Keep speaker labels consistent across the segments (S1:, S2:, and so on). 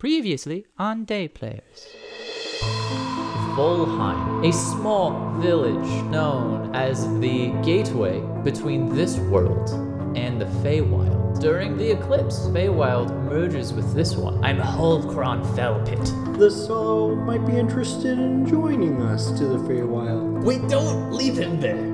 S1: Previously on Day Players.
S2: Volheim, a small village known as the gateway between this world and the Feywild. During the eclipse, Feywild merges with this one. I'm Holkron Felpit.
S3: The soul might be interested in joining us to the Feywild.
S4: We don't leave him there.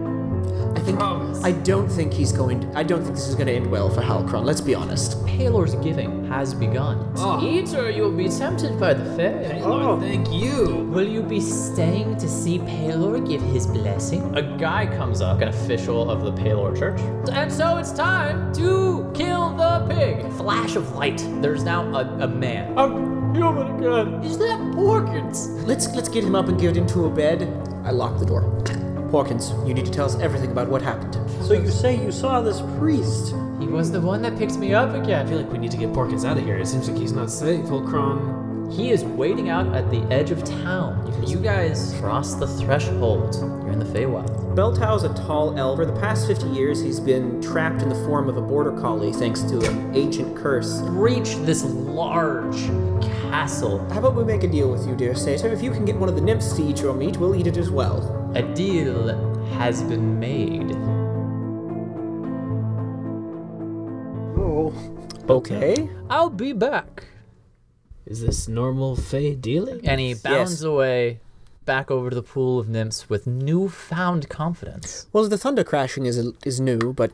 S5: I think
S4: Promise.
S5: I don't think he's going. To, I don't think this is going to end well for Halcron. Let's be honest.
S2: Palor's giving has begun.
S4: Oh.
S2: Eat or you'll be tempted by the Fey.
S3: Oh,
S4: Lord, thank you.
S2: Will you be staying to see Palor give his blessing? A guy comes up, an official of the Palor Church. And so it's time to kill the pig. Flash of light. There's now a, a man. I'm human again. Is that Porkins?
S5: Let's let's get him up and get into a bed. I lock the door. Hawkins, you need to tell us everything about what happened.
S3: So you say you saw this priest.
S2: He was the one that picked me up
S4: I
S2: again.
S4: feel like we need to get Porkins out of here. It seems like he's not safe. Holcron.
S2: He is waiting out at the edge of town. If you guys cross the threshold, you're in the Feywild.
S5: Beltow's a tall elf. For the past 50 years, he's been trapped in the form of a border collie thanks to an ancient curse.
S2: Reach this large castle
S5: How about we make a deal with you, dear Satyr? If you can get one of the nymphs to eat your meat, we'll eat it as well.
S2: A deal has been made.
S3: Oh,
S5: Okay.
S2: I'll be back.
S4: Is this normal Fey dealing?
S2: And he bounds away back over to the pool of nymphs with newfound confidence.
S5: Well, the thunder crashing is is new, but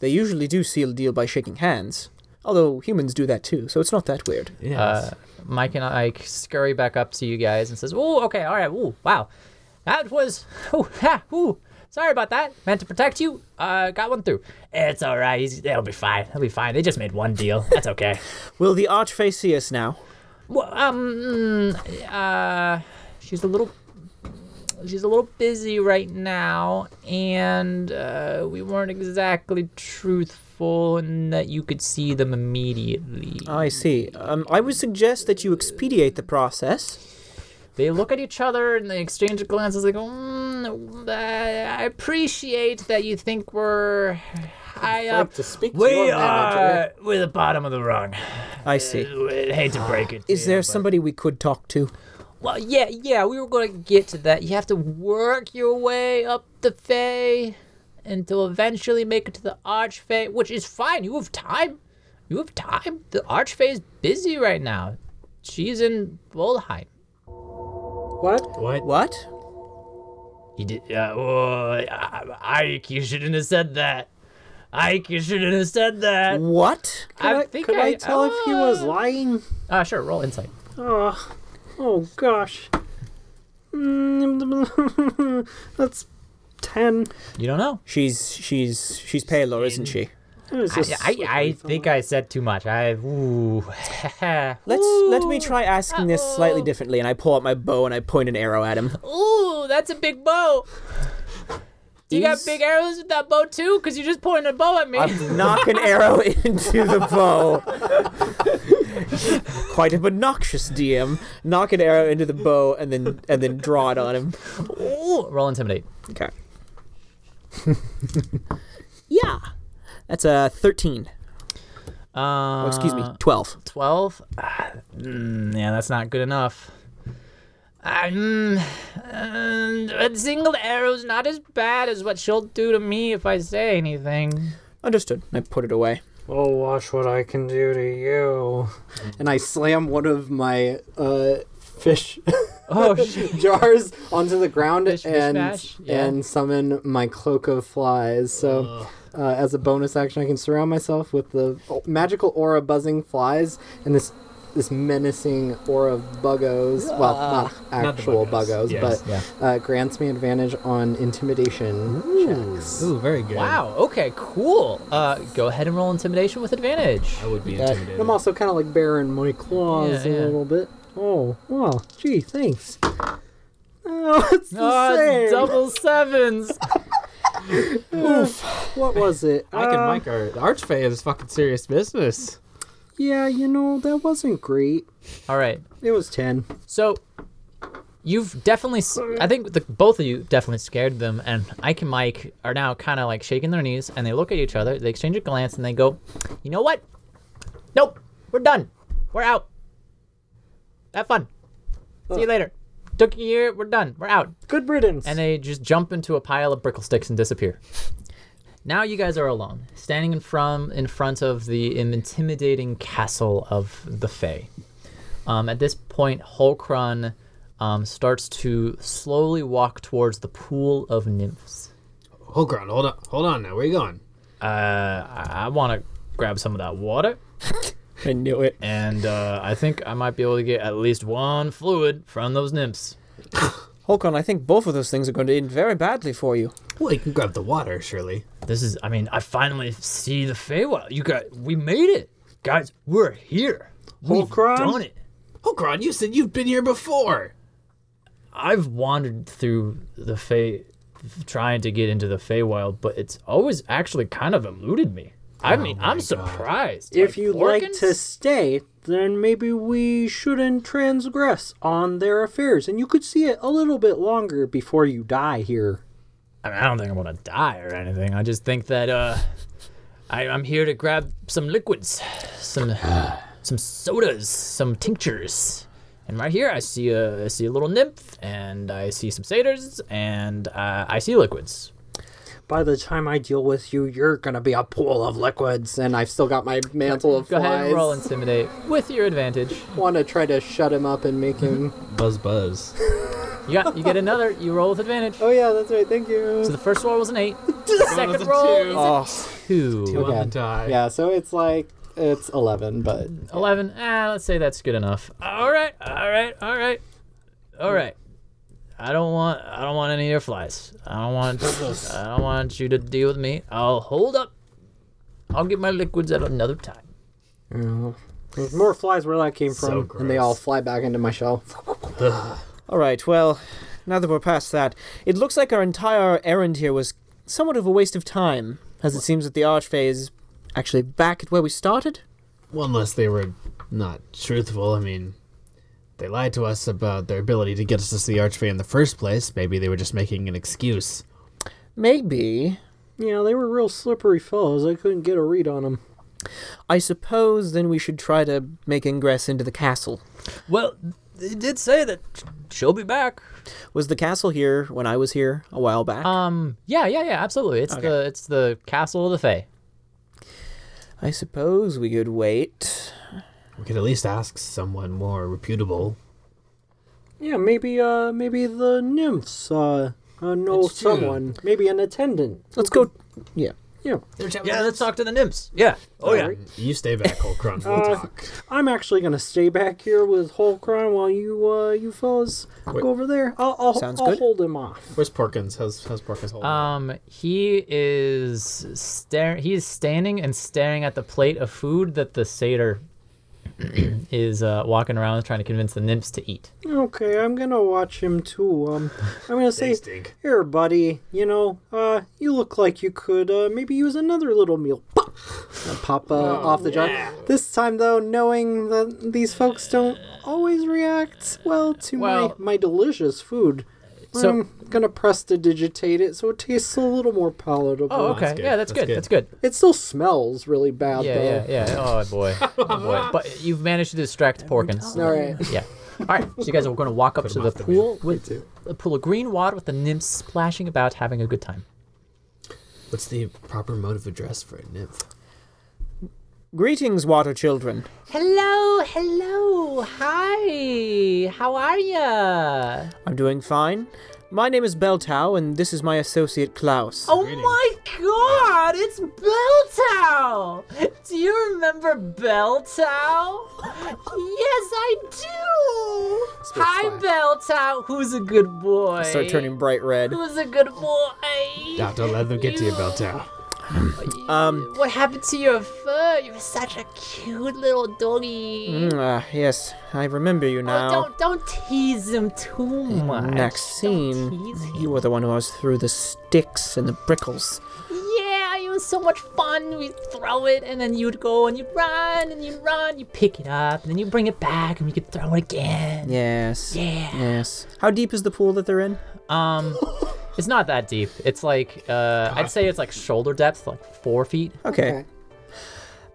S5: they usually do seal a deal by shaking hands. Although humans do that too, so it's not that weird.
S4: Yes.
S2: Uh, Mike and I scurry back up to you guys and says, "Oh, okay, all right, ooh, wow, that was, ooh, ha, ooh, sorry about that. Meant to protect you. Uh, got one through. It's all right. He's, they'll be fine. They'll be fine. They just made one deal. That's okay.
S5: Will the archface see us now?
S2: Well, um, mm, uh, she's a little, she's a little busy right now, and uh, we weren't exactly truthful in that you could see them immediately.
S5: I see. Um, I would suggest that you expedite the process.
S2: They look at each other and they exchange glances. Like, mm, uh, I appreciate that you think we're high up.
S5: to speak
S2: We are we're the bottom of the rung.
S5: I see.
S2: I'd hate to break it. to
S5: Is
S2: you,
S5: there
S2: but-
S5: somebody we could talk to?
S2: Well, yeah, yeah, we were going to get to that. You have to work your way up the Fey until eventually make it to the Archfey, which is fine. You have time. You have time. The Archfey is busy right now. She's in Volheim.
S3: what?
S4: what?
S5: What?
S2: You did. Uh, oh, I- Ike, you shouldn't have said that. Ike, you shouldn't have said that.
S5: What?
S3: Could I,
S2: think
S3: could I,
S2: I-
S3: tell if he was
S2: uh,
S3: lying?
S2: Uh, sure, roll insight.
S3: Oh, oh gosh. Mm, That's ten.
S2: You don't know.
S5: She's she's she's paler, isn't she?
S3: That is
S2: I,
S3: a
S2: I, I
S3: slippery
S2: think
S3: thought.
S2: I said too much. I. Ooh.
S5: Let's let me try asking this slightly
S2: Uh-oh.
S5: differently, and I pull out my bow and I point an arrow at him.
S2: Ooh, that's a big bow. You got
S5: Is-
S2: big arrows with that bow too? Because you just pointed a bow at me.
S5: knock an arrow into the bow. Quite an obnoxious DM. Knock an arrow into the bow and then and then draw it on him.
S2: Ooh, roll intimidate.
S5: Okay. yeah. That's a 13.
S2: Uh,
S5: Oh, excuse me, 12.
S2: 12? Ah, mm, yeah, that's not good enough. Ah, mm, um, a single arrow's not as bad as what she'll do to me if I say anything.
S5: Understood. I put it away.
S3: Oh, watch what I can do to you. And I slam one of my uh, fish
S2: Oh, shit.
S3: jars onto the ground
S2: Fish, fish,
S3: and
S2: mash, yeah.
S3: and summon my cloak of flies. So, uh, as a bonus action, I can surround myself with the magical aura buzzing flies and this this menacing aura of buggos. well, not actual
S4: Ah,
S3: buggos,
S4: buggos, yes.
S3: but uh, grants me advantage on intimidation checks. Uh,
S4: Ooh, very good.
S2: Wow, okay, cool. Uh, go ahead and roll intimidation with advantage.
S4: I would be
S3: Uh,
S4: intimidated.
S3: I'm also kind of like bearing my claws
S2: Yeah,
S3: a
S2: yeah.
S3: little bit. Oh, wow. Gee, thanks. Oh, it's the
S2: Oh,
S3: same.
S2: it's double sevens.
S3: What was it?
S4: I can
S3: Uh,
S4: mic our the Archfey is fucking serious business.
S3: Yeah, you know, that wasn't great.
S2: All right.
S3: It was 10.
S2: So you've definitely s- I think the, both of you definitely scared them and Ike and Mike are now kind of like shaking their knees and they look at each other, they exchange a glance and they go, "You know what? Nope. We're done. We're out. Have fun. See you later. Took you here. We're done. We're out.
S3: Good riddance.
S2: And they just jump into a pile of brickle sticks and disappear. Now you guys are alone, standing in front in front of the intimidating castle of the Fae. Um, at this point, Holcron um, starts to slowly walk towards the pool of nymphs.
S4: Hold on, hold on, hold on. Now, where you going?
S2: Uh, I, I want to grab some of that water,
S5: I knew it.
S2: and uh, I think I might be able to get at least one fluid from those nymphs.
S5: Holcon, I think both of those things are going to end very badly for you.
S4: Well, you can grab the water, surely.
S2: This is, I mean, I finally see the Feywild. You guys, we made it, guys. We're here. We've
S4: Holcron?
S2: done it.
S4: Holcron, you said you've been here before.
S2: I've wandered through the Fey, trying to get into the Feywild, but it's always actually kind of eluded me. I mean, I'm surprised.
S3: Oh if
S2: Like,
S3: you'd like
S2: Lorcan's?
S3: to stay, then maybe we shouldn't transgress on their affairs, and you could see it a little bit longer before you die here.
S2: I, mean, I don't think I'm gonna die or anything. I just think that uh, I, I'm here to grab some liquids, some some sodas, some tinctures. And right here, I see a I see a little nymph, and I see some satyrs, and uh, I see liquids.
S3: By the time I deal with you, you're gonna be a pool of liquids, and I've still got my mantle of
S2: Go
S3: flies.
S2: ahead and roll intimidate with your advantage.
S3: Want to try to shut him up and make him?
S4: Buzz, buzz.
S2: You got you get another. You roll with advantage.
S3: oh yeah, that's right. Thank
S2: So
S3: you.
S2: the first roll was an eight.
S4: Second
S2: Second roll is a
S5: Oh,
S2: two.
S4: on the die.
S3: Yeah, so it's like it's eleven, but
S2: 11 ah let's say that's good enough all right all right all right all right i don't want i don't want any of your flies i don't want i don't want you to deal with me i'll hold up i'll get my liquids at another time
S3: there's more flies where that came from, and they
S4: gross.
S3: all fly back into my shell.
S5: all right. Well, now that we're past that, it looks like our entire errand here was somewhat of a waste of time, as it seems that the Archfey is actually back at where we started.
S4: Well, unless they were not truthful. I mean, they lied to us about their ability to get us to the archway in the first place. Maybe they were just making an excuse.
S5: Maybe.
S3: Yeah, they were real slippery fellows. I couldn't get a read on them.
S5: I suppose then we should try to make ingress into the castle.
S2: well they did say that she'll be back
S5: Was the castle here when I was here a while back?
S2: um yeah yeah yeah absolutely it's the it's the castle of the fae
S5: I suppose we could wait.
S4: We could at least ask someone more reputable.
S3: Yeah, maybe uh maybe the nymphs uh, uh know
S4: That's true.
S3: someone. Maybe an attendant.
S5: Let's go. Yeah.
S3: Yeah.
S2: yeah let's talk to the nymphs yeah oh yeah
S4: You stay back, Holcron. We'll
S2: Uh,
S4: talk.
S3: I'm actually gonna stay back here with Holcron while you uh you fellas go over there. I'll I'll,
S5: Sounds
S3: I'll
S5: good.
S3: hold him off.
S4: Where's Porkins? How's, how's Porkins holding?
S2: Um, he is staring. He is standing and staring at the plate of food that the satyr is uh, walking around trying to convince the nymphs to eat.
S3: Okay, I'm gonna watch him too. Um, I'm gonna say,
S4: stink.
S3: here, buddy. You know, uh, you look like you could uh maybe use another little meal. Pop, Uh, pop uh,
S2: Oh,
S3: off the jaw. This time though, knowing that these folks don't always react well to
S2: Well-
S3: my my delicious food.
S2: So-
S3: I'm gonna press to digitate it so it tastes a little more palatable.
S2: Oh, okay.
S4: good.
S2: yeah, that's,
S4: That's
S2: good.
S4: good.
S2: That's good.
S3: It still smells really bad
S2: Yeah,
S3: though.
S2: yeah, yeah. Oh boy. oh boy. But you've managed to distract Porkins.
S3: All right.
S2: Yeah. All right. So you guys are going to walk up to the pool with the pool of green water with the nymphs splashing about, having a good time.
S4: What's the proper mode of address for a nymph?
S5: Greetings, water children.
S2: Hello, hello, hi. How are ya?
S5: I'm doing fine. My name is Beltow, and this is my associate Klaus.
S2: Oh my god, it's Beltow! Do you remember Beltow? yes, I do! Hi, Beltow, who's a good boy?
S5: Start turning bright red.
S2: Who's a good boy?
S4: Yeah, don't let them get to you, Beltow.
S5: Um,
S2: What happened to your fur? You're such a cute little doggy.
S5: mm, ah, yes, I remember you
S2: Oh,
S5: now.
S2: don't don't tease him too much.
S5: Maxine,
S2: tease
S5: you were the one who was through the sticks and the brickles.
S2: yeah, it was so much fun. We'd throw it, and then you'd go and you'd run and you'd run. You pick it up, and then you bring it back, and we could throw it again.
S5: Yes.
S2: Yeah.
S5: Yes. How deep is the pool that they're in?
S2: Um, it's not that deep. It's like uh, I'd say it's like shoulder depth, like four feet.
S5: Okay.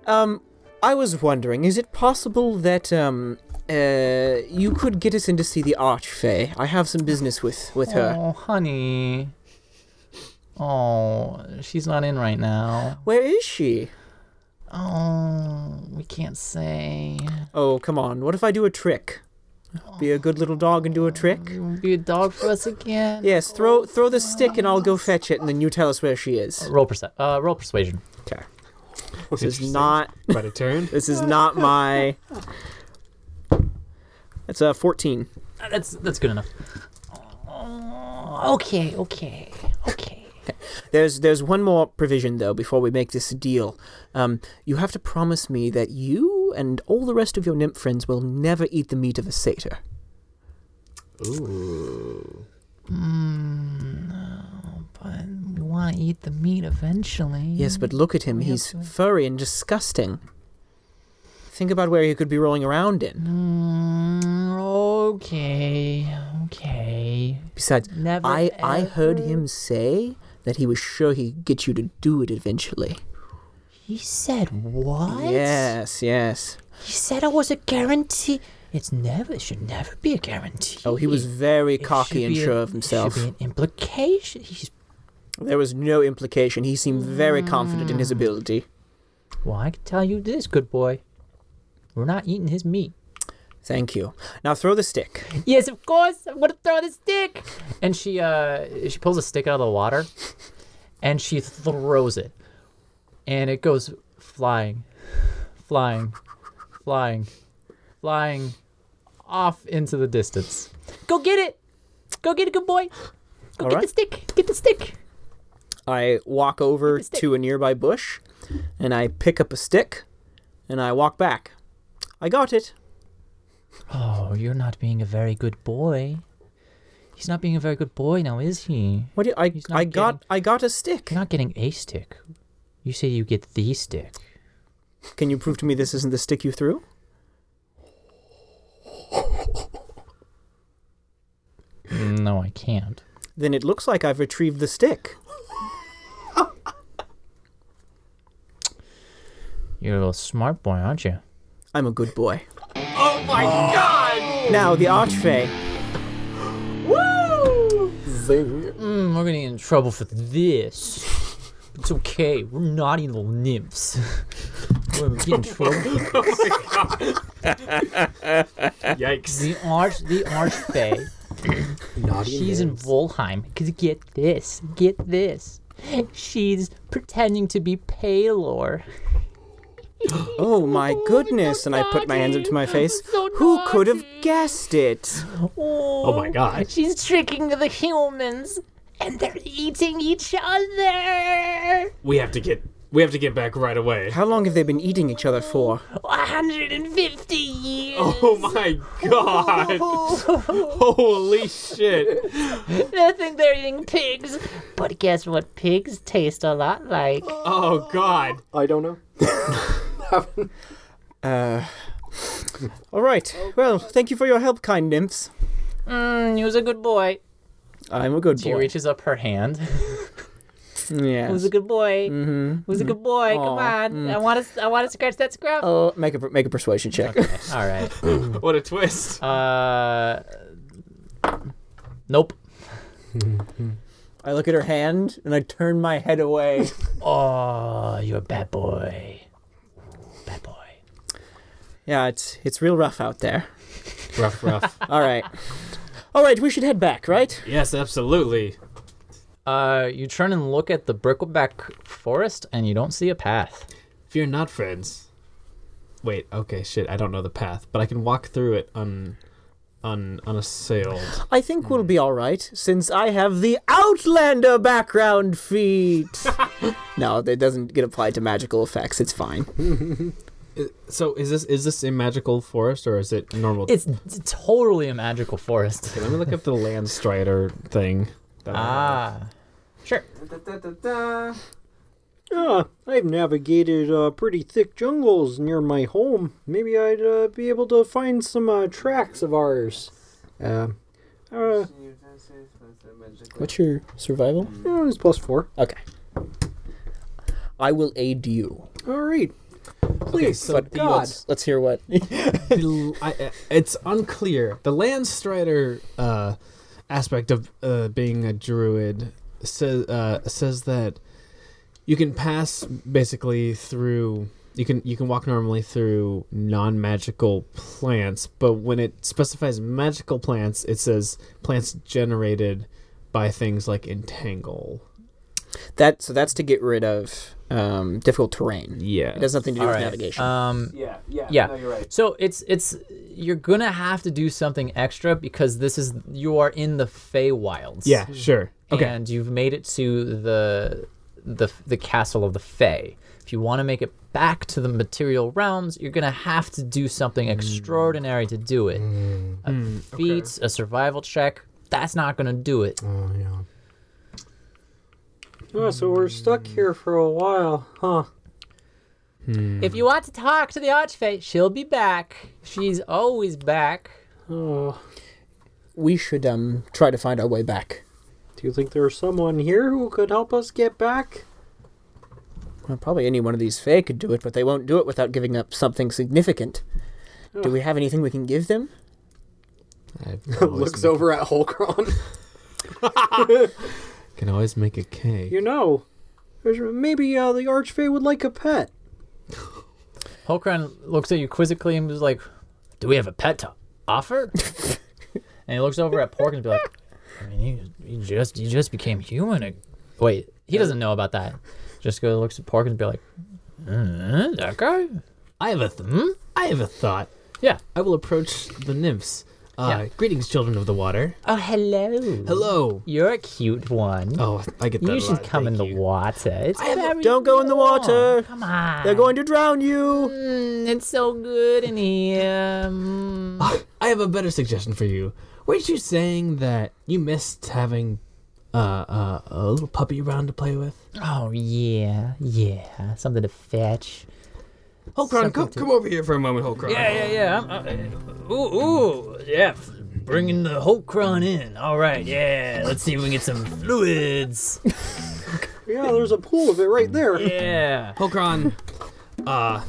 S5: Um, I was wondering, is it possible that um uh, you could get us in to see the Archfey. I have some business with with her.
S6: Oh, honey. Oh, she's not in right now.
S5: Where is she?
S6: Oh, we can't say.
S5: Oh, come on. What if I do a trick? Be a good little dog and do a trick?
S6: You won't be a dog for us again.
S5: Yes, throw throw the stick and I'll go fetch it and then you tell us where she is.
S6: Roll perce- uh, roll persuasion.
S5: Okay. This is not
S4: About a turn.
S5: this is not my That's a 14.
S6: Uh, That's that's good enough. Oh, okay, okay, okay.
S5: There's there's one more provision though before we make this deal. Um, you have to promise me that you and all the rest of your nymph friends will never eat the meat of a satyr.
S4: Ooh.
S6: Hmm, But we want to eat the meat eventually.
S5: Yes, but look at
S6: Mm-hmm.
S5: him. He's furry and disgusting. Think about where he could be rolling around in.
S6: Mm, okay, okay.
S5: Besides,
S6: Never.
S5: I I heard
S6: ever-
S5: him say that he was sure he'd get you to do it eventually.
S6: He said what?
S5: Yes, yes.
S6: He said it was a guarantee. It's never. It should never be a guarantee.
S5: Oh, he was very
S6: It
S5: cocky
S6: should
S5: and
S6: be a-
S5: sure of
S6: it
S5: himself.
S6: Should be an implication. He's
S5: There was no implication. He seemed very confident in
S6: Mm.
S5: his ability.
S6: Well, I can tell you this, good boy. We're not eating his meat.
S5: Thank you. Now throw the stick.
S6: Yes, of course. I'm gonna throw the stick. And she uh she pulls a stick out of the water, and she throws it, and it goes flying, flying, flying, flying, off into the distance. Go get it. Go get it, good boy. Go
S5: All
S6: get the
S5: right.
S6: stick. Get the stick.
S5: I walk over
S6: the stick.
S5: to a nearby bush and I pick up a stick and I walk back. I got it.
S6: Oh, you're not being a very good boy. He's not being a very good boy now, is he?
S5: What do you, I
S6: He's not
S5: I got I got a stick.
S6: You're not getting a stick. You say you get the stick.
S5: Can you prove to me this isn't the stick you threw?
S6: No, I can't.
S5: Then it looks like I've retrieved the stick.
S6: You're a little smart boy, aren't you?
S5: I'm a good boy. Oh my god! Now the archfey.
S3: Zing.
S6: Mm, we're gonna get in trouble for this. It's okay. We're naughty little nymphs. we're gonna get in trouble.
S4: Yikes.
S6: The arch, the archfey.
S3: Naughty
S6: She's in
S3: names.
S6: Volheim. Cause get this, get this. She's pretending to be Paylor.
S5: Oh my goodness! And I put my hands up to my face.
S6: So
S5: Who could have
S6: naughty.
S5: guessed it?
S4: Oh my god.
S6: She's tricking the humans, and they're eating each other.
S4: We have to get we have to get back right away.
S5: How long have they been eating each other for?
S6: 150 years.
S4: Oh my god. Holy shit.
S6: They think they're eating pigs. But guess what? Pigs taste a lot like.
S4: Oh god.
S3: I don't know.
S5: All right. Well, thank you for your help, kind nymphs.
S6: Mm, he was a good boy.
S5: I'm a good
S6: She
S5: boy.
S6: reaches up her hand.
S5: Yeah.
S6: Who's a good boy? Mm-hmm. Who's a good boy? Come
S5: Aw,
S6: on. I want to. I want to scratch that scrub.
S5: Oh, make a make a persuasion check.
S6: All right.
S4: What a twist.
S6: Uh. Nope.
S5: I look at her hand and I turn my head away.
S6: Oh, you're a bad boy. Bad boy.
S5: yeah, it's it's real rough out there.
S4: rough, rough.
S5: All right. All right, we should head back, right?
S4: Yes, absolutely.
S6: Uh, you turn and look at the brickleback forest, and you don't see a path.
S4: Fear not, friends. Wait, okay, shit, I don't know the path, but I can walk through it un un unassailed.
S5: I think we'll be all right since I have the Outlander background feat. no, that doesn't get applied to magical effects. It's fine.
S4: So is this is this a magical forest or is it normal?
S6: It's it's totally a magical forest.
S4: Let me look up the land strider thing. that I
S6: Ah, sure.
S3: Ah, I've navigated uh, pretty thick jungles near my home. Maybe I'd uh, be able to find some uh, tracks of ours. Uh, uh,
S5: What's your survival?
S3: yeah, it's plus four.
S5: Okay. I will aid you.
S3: All right.
S7: please,
S4: so
S7: but
S4: the-
S7: God.
S5: Let's, let's hear what.
S4: The- I- I- it's unclear. The Land Strider uh, aspect of uh, being a druid says uh, says that you can pass basically through. You can you can walk normally through non magical plants, but when it specifies magical plants, it says plants generated by things like entangle.
S5: that so that's to get rid of um, difficult terrain.
S4: Yeah,
S5: It has nothing to do with navigation.
S2: Um,
S4: yeah, yeah,
S2: yeah. So it's it's you're gonna have to do something extra because this is you are in the Feywilds.
S4: Yeah, sure. Okay.
S2: and you've made it to the the the castle of the Fae. If you want to make it back to the material realms, you're gonna have to do something
S4: Hmm.
S2: extraordinary to do it. A feat, a survival check. That's not gonna do it.
S4: Hmm.
S7: Oh, yeah.
S3: Oh, so we're stuck here for a while, huh?
S2: If you want to talk to the Archfey, she'll be back. She's always back.
S3: Oh,
S5: we should um, try to find our way back.
S3: do you think there's someone here who could help us get back?
S5: Well, probably any one of these Fae could do it, but they won't do it without giving up something significant. Do we have anything we can give them?
S7: Looks over at Holcron.
S4: Can always make a cake.
S3: You know, there's, maybe uh, the Archfey would like a pet.
S2: Holcron looks at you quizzically and was like, "Do we have a pet to offer?" and he looks over at Pork and be like, "I mean, you, you just you just became human." ag- Wait, he doesn't know about that. Just go looks at Pork and be like, mm, "That guy."
S4: I have a th- hmm? I have a thought.
S2: Yeah.
S4: I will approach the nymphs. Uh,
S2: Yeah.
S4: Greetings, children of the water.
S2: Oh, hello.
S4: Hello.
S2: You're a cute one.
S4: Oh, I get that.
S2: you
S4: a
S2: should
S4: lot.
S2: come in
S4: Thank
S2: the
S4: you.
S2: water. It's very
S5: Don't go in the
S2: warm.
S5: water.
S2: Come on.
S5: They're going to drown you.
S2: Mm, it's so good in here. Mm.
S4: I have a better suggestion for you. Weren't you saying that you missed having uh, uh, a little puppy around to play with?
S2: Oh yeah, yeah. Something to fetch.
S4: Holcron, come, come over here for a moment, Holcron.
S2: Yeah, yeah, yeah. I'm, uh, ooh, ooh, yeah. f- Bringing the Holcron in. All right, yeah. Let's see if we can get some fluids.
S3: Yeah, there's a pool of it right there.
S2: Yeah.
S4: Holcron, uh,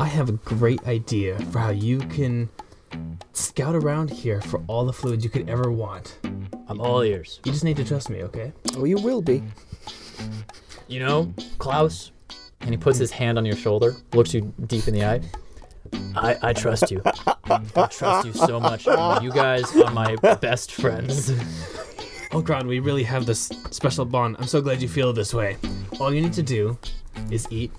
S4: I have a great idea for how you can scout around here for all the fluids you could ever want.
S2: I'm all ears.
S4: You just need to trust me, okay?
S5: Oh, you will be.
S2: You know, Klaus. And he puts his hand on your shoulder, looks you deep in the eye. I, I trust you. I trust you so much. You guys are my best friends.
S4: Holcron, we really have this special bond. I'm so glad you feel this way. All you need to do is eat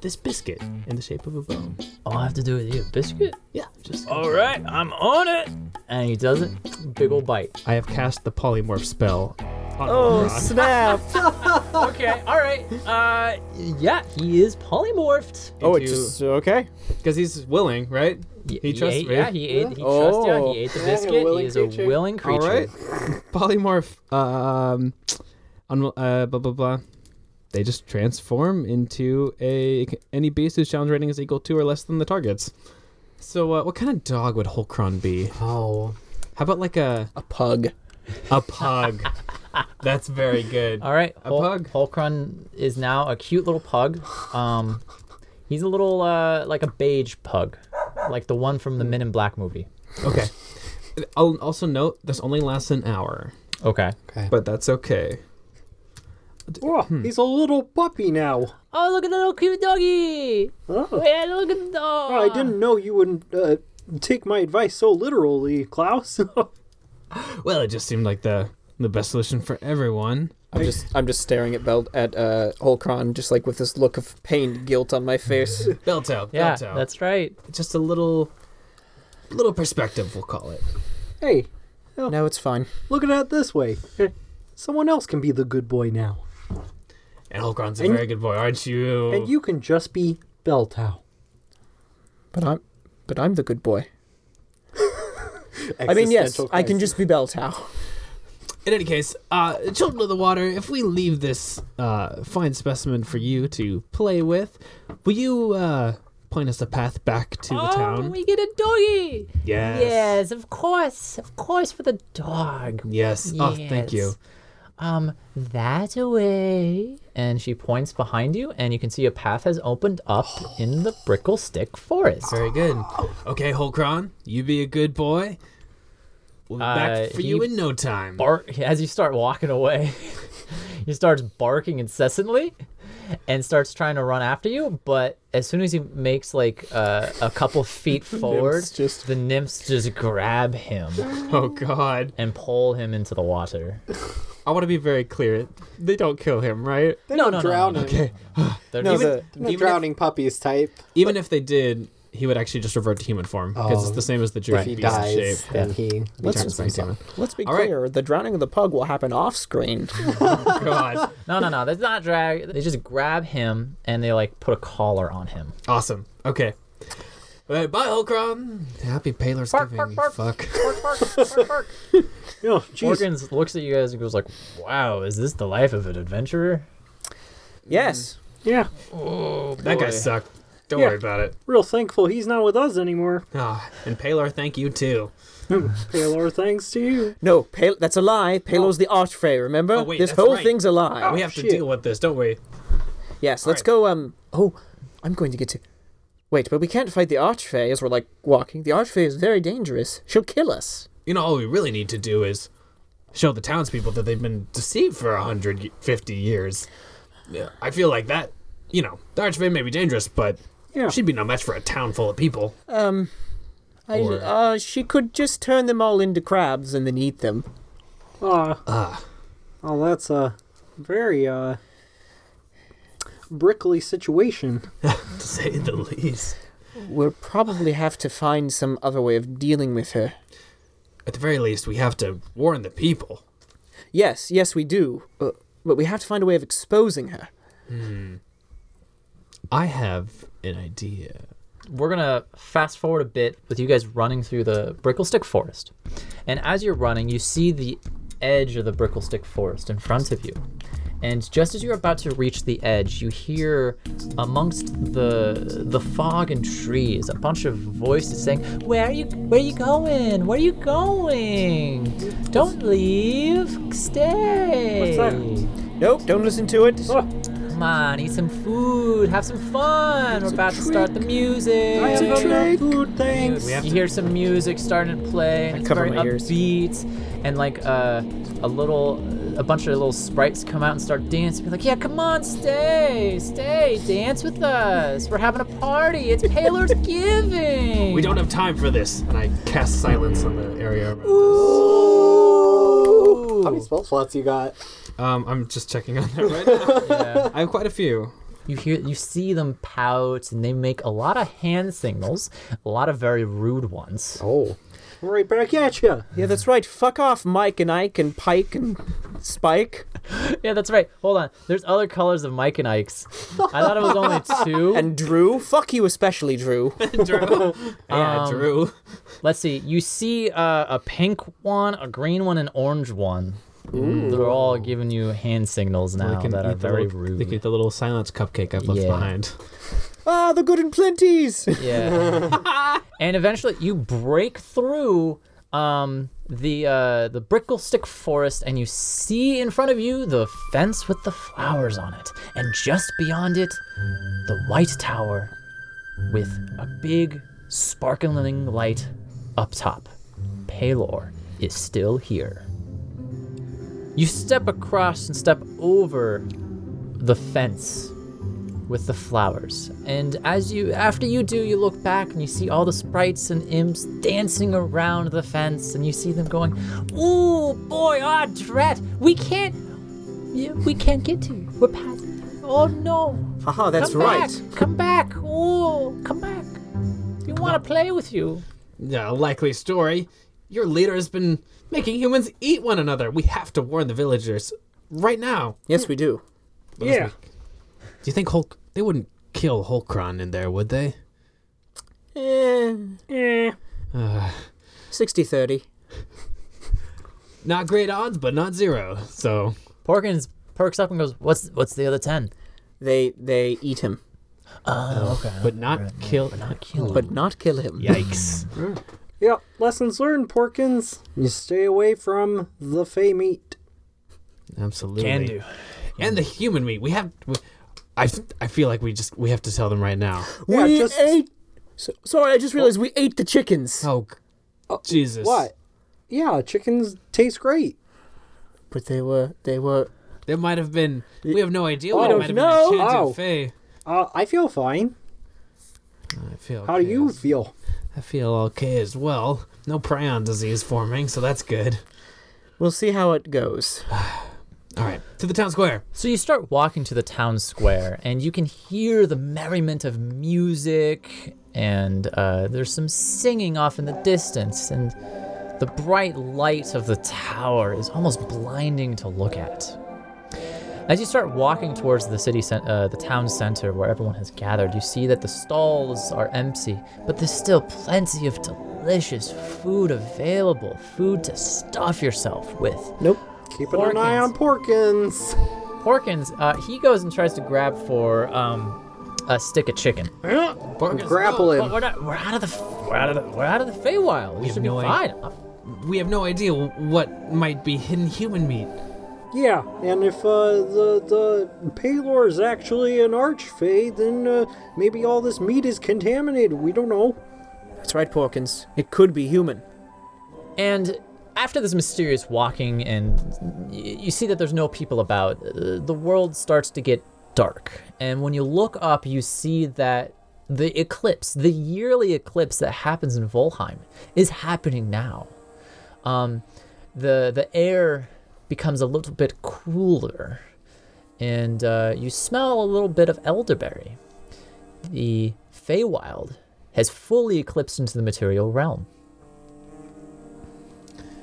S4: this biscuit in the shape of a bone.
S2: All I have to do is eat a biscuit.
S4: Yeah, just.
S2: All right, I'm on it. And he does it. Big ol' bite.
S4: I have cast the polymorph spell. On
S5: Oh,
S4: Holcron.
S5: snap.
S2: Okay, all right. Uh, yeah, he is polymorphed.
S5: oh, it
S4: Into-
S5: just. Okay.
S4: because he's willing, right? He trusts
S2: ate,
S4: me.
S2: Yeah, he ate. He trusts you.
S5: Oh.
S2: He ate the
S3: Yeah, he's a
S2: biscuit. He
S3: willing
S2: is a
S3: creature.
S2: willing creature.
S4: All right. Polymorph. Um. Un- uh, blah blah blah. They just transform into a any beast whose challenge rating is equal to or less than the target's. So, uh, what kind of dog would Holcron be?
S7: Oh.
S4: How about like a
S5: A pug.
S4: a pug? That's very good.
S2: All right.
S4: A
S2: Hol-
S4: pug.
S2: Holcron is now a cute little pug. Um, he's a little uh like a beige pug, like the one from the Men in Black movie.
S4: Okay. I'll also note this only lasts an hour,
S2: Okay.
S4: but that's okay.
S3: Oh, he's a little puppy now.
S2: Oh, look at the little cute doggy.
S3: Oh,
S2: Yeah, look at the dog.
S6: Ah.
S3: I didn't know you wouldn't uh, take my advice so literally, Klaus.
S4: Well, it just seemed like the the best solution for everyone.
S5: I'm just, I'm just staring at Bel- at uh, Holcron, just like with this look of pained guilt on my face.
S4: Belto,
S2: Yeah,
S4: Belto.
S2: that's right.
S4: just a little little perspective we'll call it
S3: hey,
S5: no, it's fine.
S3: look at it this way. Someone else can be the good boy now.
S4: and holgron's a
S3: And-
S4: very good boy aren't you
S3: And you can just be Beltow.
S5: But I'm, but I'm the good boy. I mean, yes, I can just be Beltow.
S4: in any case uh children of the water if we leave this uh fine specimen for you to play with will you uh point us a path back to the town
S2: Oh, we get a doggy.
S4: yes
S2: Yes, of course, of course, for the dog.
S4: yes oh thank you
S2: Yes. Um, that away. and she points behind you, and you can see a path has opened up in the Brickle Stick Forest.
S4: Very good. Okay, Holcron, you be a good boy. We'll be
S2: Uh,
S4: back for
S2: he
S4: you in no time.
S2: bark as you start walking away. he starts barking incessantly and starts trying to run after you, but as soon as he makes like uh, a couple feet forward,
S4: Nymphs just-
S2: the nymphs just grab him
S4: oh God,
S2: and pull him into the water.
S4: I want to be very clear. They don't kill him, right?
S8: They
S2: No,
S8: don't
S2: no, no,
S8: drown
S2: no,
S8: him.
S4: Okay.
S2: They're
S5: No,
S2: even-
S5: the,
S8: No
S4: Even if-
S8: drowning puppies type.
S4: Even if they did, he would actually just revert to human form because it's
S8: Oh,
S4: the same as the
S8: If
S4: giant
S8: he
S4: beast
S8: dies,
S4: shape.
S8: then he
S5: Let's-
S8: becomes
S4: Turns back human.
S5: let's be
S4: All right.
S5: clear, the drowning of the pug will happen off screen.
S4: God,
S2: no, no, no. That's not drag. They just grab him and they like put a collar on him.
S4: awesome. Okay. All right, bye, Holcron. Happy Paler's
S2: Bark, bark, bark.
S4: Fuck.
S2: Bark, bark, bark, bark.
S3: Oh, jeez.
S2: Morgans looks at you guys and goes like, "Wow, is this the life of an adventurer?"
S5: yes.
S3: Yeah,
S2: Oh,
S4: That guy
S2: boy.
S4: sucked. Don't
S3: Yeah.
S4: worry about it.
S3: real thankful he's not with us anymore.
S4: Ah, and Paler, thank you too.
S3: Paylor, thanks to you.
S5: No, Pal- that's a lie. Palo's the archfey, remember?
S4: Oh, wait,
S5: this
S4: that's
S5: whole
S4: right.
S5: thing's a lie.
S4: we have to
S3: shit.
S4: deal with this, don't we?
S5: Yes, let's
S4: right.
S5: go. Um. Oh, I'm going to get to. Wait, but we can't fight the Archfey as we're like walking. The Archfey is very dangerous. She'll kill us.
S4: You know, all we really need to do is show the townspeople that they've been deceived for 150 years. Yeah, I feel like that, you know, the Archvey may be dangerous, but
S3: Yeah.
S4: she'd be no match for a town full of people.
S5: Um, I,
S4: Or-
S5: uh, she could just turn them all into crabs and then eat them.
S3: Uh,
S4: Ah,
S3: oh, that's a very uh brickly situation.
S4: to say the least.
S5: We'll probably have to find some other way of dealing with her.
S4: At the very least, we have to warn the people.
S5: Yes, yes, we do. Uh, but we have to find a way of exposing her.
S4: I have an idea.
S2: we're gonna fast forward a bit with you guys running through the Bricklestick Forest. And as you're running, you see the edge of the Bricklestick Forest in front of you. And just as you're about to reach the edge, you hear amongst the the fog and trees a bunch of voices saying, "Where are you? Where are you going? Where are you going? Don't leave. Stay."
S3: What's that?
S5: Nope, don't listen to it.
S3: Oh,
S2: Come on, eat some food, have some fun. We're about to start the music.
S3: I have
S5: a
S3: enough
S5: trick.
S3: food, thanks.
S4: We have
S2: You
S4: to.
S2: hear some music starting to play, and it's
S5: cover
S2: very
S5: my ears.
S2: upbeat, and like uh, a little, a bunch of little sprites come out and start dancing. Be like, yeah, come on, stay, stay, dance with us. We're having a party. It's Paylor's giving.
S4: We don't have time for this. And I cast silence on the area. around
S8: How many spell slots you got?
S4: us. Um, I'm just checking on that right now. I have quite a few.
S2: You hear, you see them pout, and they make a lot of hand signals, a lot of very rude ones.
S8: Oh.
S3: Right back at you.
S5: Yeah, that's right. Fuck off, Mike and Ike and Pike and Spike
S2: Yeah, that's right. Hold on. There's other colors of Mike and Ike's. I thought it was only two.
S5: and Drew. Fuck you, especially Drew.
S4: Drew. yeah,
S2: Um,
S4: Drew.
S2: Let's see. You see uh, a pink one, a green one, an orange one. They're all giving you hand signals now that are very
S4: the, little-
S2: rude.
S4: They can eat the little silence cupcake I've left
S2: Yeah.
S4: behind.
S5: Ah, the good and plenties.
S2: Yeah. and eventually, you break through um, the uh, the Bricklestick Forest, and you see in front of you the fence with the flowers on it, and just beyond it, the White Tower with a big sparkling light up top. Palor is still here. You step across and step over the fence with the flowers. And as you after you do, you look back and you see all the sprites and imps dancing around the fence and you see them going, "Ooh, boy, ah, drat. We can't yeah, we can't get to you. We're past. Oh no.
S5: Haha, that's
S2: come
S5: right.
S2: Back. Come back. Ooh, come back. We want to play with you.
S4: Yeah, a likely story. Your leader has been making humans eat one another. We have to warn the villagers right now.
S5: Yes, we do.
S3: Yeah.
S4: Do you think Hulk? They wouldn't kill Hulkron in there, would they?
S5: Eh,
S3: Eh.
S4: Uh,
S5: 60 30.
S4: Not great odds, but not zero. So
S2: Porkins perks up and goes, "What's what's the other 10?"
S5: They they eat him,
S2: Oh, okay.
S4: but not kill.
S2: Not killing.
S5: but not kill him.
S4: Yikes!
S3: Yep. Lessons learned, Porkins. You stay away from the fey meat.
S4: Absolutely.
S2: Can do.
S4: and the human meat. We have. We, I, f- I feel like we just we have to tell them right now.
S3: Yeah,
S5: we
S3: just-
S5: ate. So, sorry, I just realized we ate the chickens.
S4: Oh, g- Jesus!
S3: What? Yeah, chickens taste great.
S5: But they were they were
S4: There might have been. We have no idea.
S5: I
S4: what
S5: don't
S4: might
S5: know.
S4: have been a chance
S3: Oh.
S4: at Faye.
S3: Uh, I feel fine.
S4: I feel.
S3: How do
S4: okay.
S3: you feel?
S4: I feel okay as well. No prion disease forming, so that's good.
S5: We'll see how it goes.
S4: All right, to the town square.
S2: So you start walking to the town square, and you can hear the merriment of music, and uh, there's some singing off in the distance, and the bright light of the tower is almost blinding to look at. As you start walking towards the city, cen- uh, the town center where everyone has gathered, you see that the stalls are empty, but there's still plenty of delicious food available, food to stuff yourself with.
S3: Nope. Keeping an eye
S2: Porkins.
S3: on Porkins.
S2: Porkins, uh, he goes and tries to grab for um, a stick of chicken.
S4: Barkus,
S3: Grapple
S2: But
S3: him.
S2: we're not. We're out of the. f- We're out of the. We're out of the Feywild. We
S4: have
S2: should be
S4: no
S2: fine.
S4: idea. We have no idea what might be hidden human meat.
S9: Yeah, and if uh, the the Palor is actually an archfey, then uh, maybe all this meat is contaminated. We don't know.
S5: That's right, Porkins. It could be human.
S2: And after this mysterious walking, and y- you see that there's no people about, uh, the world starts to get dark. And when you look up, you see that the eclipse, the yearly eclipse that happens in Volheim, is happening now. Um, the the air becomes a little bit cooler, and uh, you smell a little bit of elderberry. The Feywild has fully eclipsed into the material realm.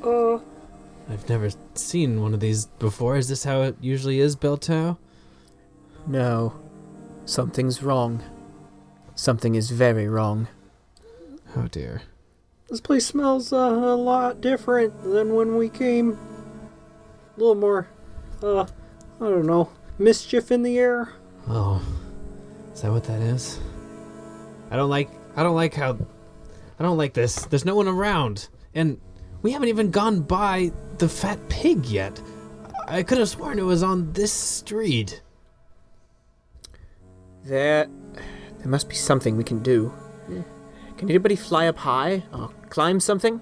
S9: Uh,
S4: I've never seen one of these before. Is this how it usually is, Beltow?
S5: No. Something's wrong. Something is very wrong.
S4: Oh dear.
S9: This place smells uh, a lot different than when we came. A little more, uh, I don't know, mischief in the air.
S4: Oh, is that what that is? I don't like. I don't like how. I don't like this. There's no one around, and we haven't even gone by the fat pig yet. I could have sworn it was on this street.
S5: There there must be something we can do. Can anybody fly up high or climb something?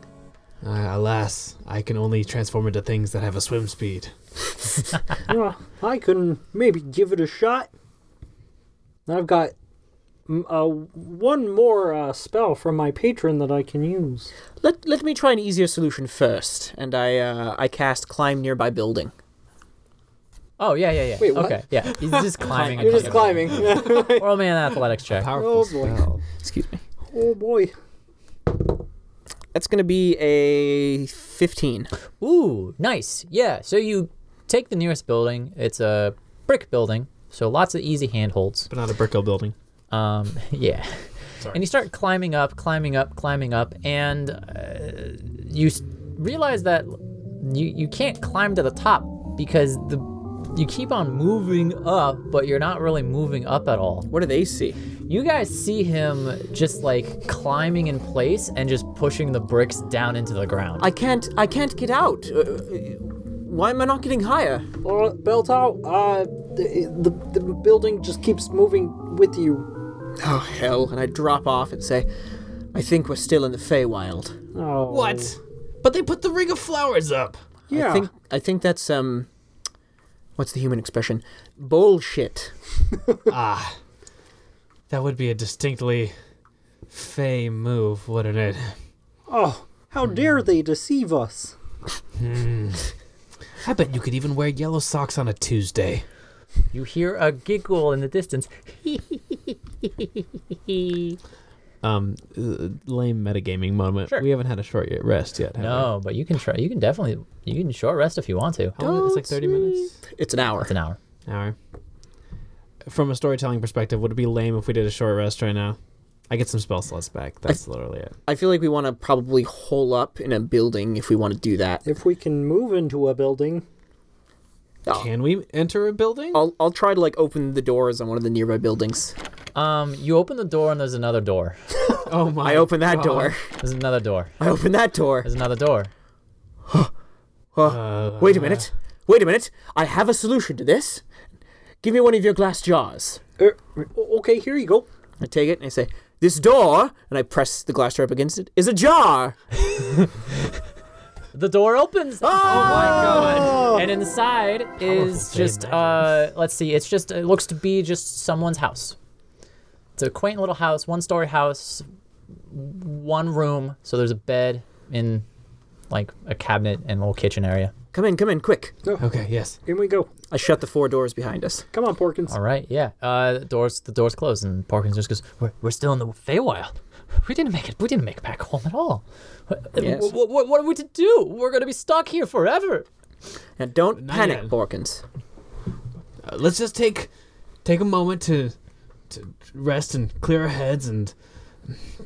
S4: Uh, alas, I can only transform into things that have a swim speed.
S9: Uh, I can maybe give it a shot. I've got mm, uh, one more uh, spell from my patron that I can use.
S5: Let let me try an easier solution first, and I uh, I cast climb nearby building.
S2: Oh yeah, yeah, yeah.
S3: Wait, what?
S2: Okay, yeah. He's just climbing.
S3: You're just climbing.
S2: Roll me an Oh, athletics check.
S4: Powerful
S9: boy.
S4: spell.
S5: Excuse me.
S9: Oh boy.
S5: That's gonna be a fifteen.
S2: Ooh, nice. Yeah. So you take the nearest building. It's a brick building, so lots of easy handholds.
S4: But not a brickle building.
S2: Um, yeah. And you start climbing up, climbing up, climbing up, and uh, you s- realize that you you can't climb to the top because the you keep on moving up, but you're not really moving up at all.
S5: What do they see?
S2: You guys see him just like climbing in place and just pushing the bricks down into the ground.
S5: I can't I can't get out. Uh, uh, why am I not getting higher?
S9: Uh, belt out. Uh, the, the, the building just keeps moving with you.
S5: Oh hell! And I drop off and say, I think we're still in the Feywild.
S9: Oh,
S4: What? But they put the ring of flowers up.
S9: Yeah.
S5: I think I think that's um, what's the human expression? Bullshit.
S4: ah, that would be a distinctly fey move, wouldn't it?
S9: Oh, how dare they deceive us?
S4: I bet you could even wear yellow socks on a Tuesday.
S2: you hear a giggle in the distance.
S4: Um, uh, lame metagaming moment.
S2: Sure.
S4: We haven't had a short y- rest yet. Have
S2: No, but you can try. You can definitely you can short rest if you want to.
S4: we? How long is it? It's like thirty minutes.
S5: It's an hour.
S2: It's an hour.
S4: Hour. From a storytelling perspective, would it be lame if we did a short rest right now? I get some spell slots back. That's literally it.
S5: I feel like we want to probably hole up in a building if we want to do that.
S9: If we can move into a building,
S5: Oh.
S4: Can we enter a building?
S5: I'll I'll try to like open the doors on one of the nearby buildings.
S2: Um, you open the door and there's another door.
S4: Oh my!
S5: I open that
S4: God.
S5: door.
S2: There's another door.
S5: I open that door.
S2: There's another door.
S4: Uh-huh.
S5: Wait a minute. Wait a minute. I have a solution to this. Give me one of your glass jars.
S9: Er, o- okay, here you go.
S5: I take it and I say, This door, and I press the glass jar up against it, is ajar.
S2: The door opens. Oh,
S5: Oh!
S2: my god! And inside is just uh, let's see. It's just it looks to be just someone's house. It's a quaint little house, one-story house, one room. So there's a bed in like a cabinet and a little kitchen area.
S5: Come in, come in, quick.
S4: Okay, yes.
S9: In we go.
S5: I shut the four doors behind us.
S9: Come on, Porkins.
S2: All right, yeah. Uh, the doors the doors close and Parkins just goes, "We're, we're still in the Feywild. We didn't make it. We didn't make it back home at all.
S5: Yes.
S2: What, what, what are we to do? We're gonna be stuck here forever."
S5: Now don't
S4: Not
S5: panic,
S4: yet.
S5: Borkins.
S4: Uh, let's just take take a moment to to rest and clear our heads and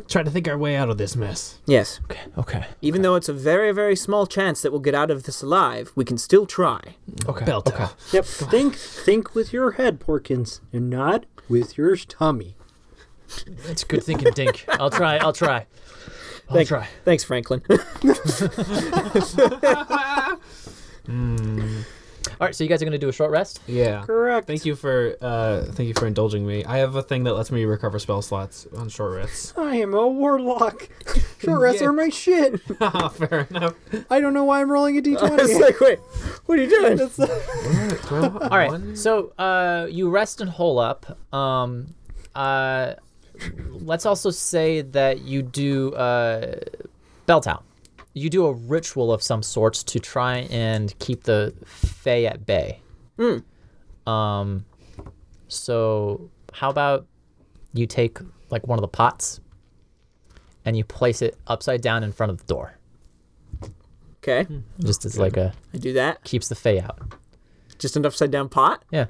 S4: try to think our way out of this mess.
S5: Yes.
S2: Okay. Okay.
S5: Even though it's a very, very small chance that we'll get out of this alive, we can still try.
S2: Okay.
S4: Belter.
S2: Okay.
S9: Yep. Think, think with your head, Porkins, and not with your tummy.
S2: It's good thinking, Dink. I'll try. I'll try. I'll
S5: Thank-
S2: try.
S5: Thanks, Franklin.
S2: Hmm. All right, so you guys are gonna do a short rest.
S4: Yeah.
S9: Correct.
S4: Thank you for uh thank you for indulging me. I have a thing that lets me recover spell slots on short rests.
S9: I am a warlock.
S3: Sure, rest
S4: Yeah.
S3: are my shit.
S4: Ah, Fair enough.
S3: I don't know why I'm rolling a
S5: it's
S3: d20.
S5: like, wait, what are you doing?
S3: That's the-
S4: All
S2: All right, so uh, you rest and hole up. Um, uh, let's also say that you do uh, Belltown. You do a ritual of some sorts to try and keep the Fey at bay. Um, so how about you take like one of the pots and you place it upside down in front of the door,
S5: Okay,
S2: just as like a
S5: I do that.
S2: keeps the Fey out.
S5: Just an upside down pot.
S2: Yeah,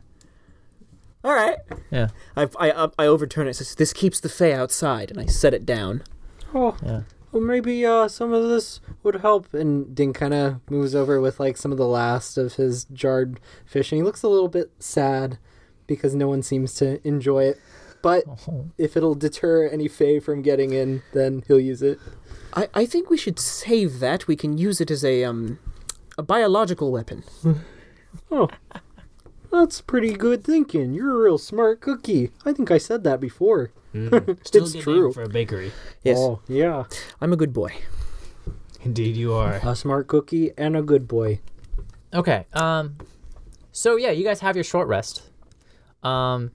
S5: All right.
S2: yeah.
S5: I, I, up- I overturn it. it. Says this keeps the Fey outside, and I set it down.
S9: Oh,
S2: Yeah.
S9: well, maybe uh, some of this would help.
S3: and Ding kind of moves over with like some of the last of his jarred fish, and he looks a little bit sad because no one seems to enjoy it. But if it'll deter any Fae from getting in, then he'll use it.
S5: I, I think we should save that. We can use it as a um a biological weapon.
S9: That's pretty good thinking. You're a real smart cookie. I think I said that before.
S4: Still
S9: it's
S4: a good name
S9: true.
S4: for a bakery.
S5: Yes,
S9: Oh, yeah.
S5: I'm a good boy.
S4: Indeed, you are.
S9: A smart cookie and a good boy.
S2: Okay. Um, so yeah, you guys have your short rest. Um,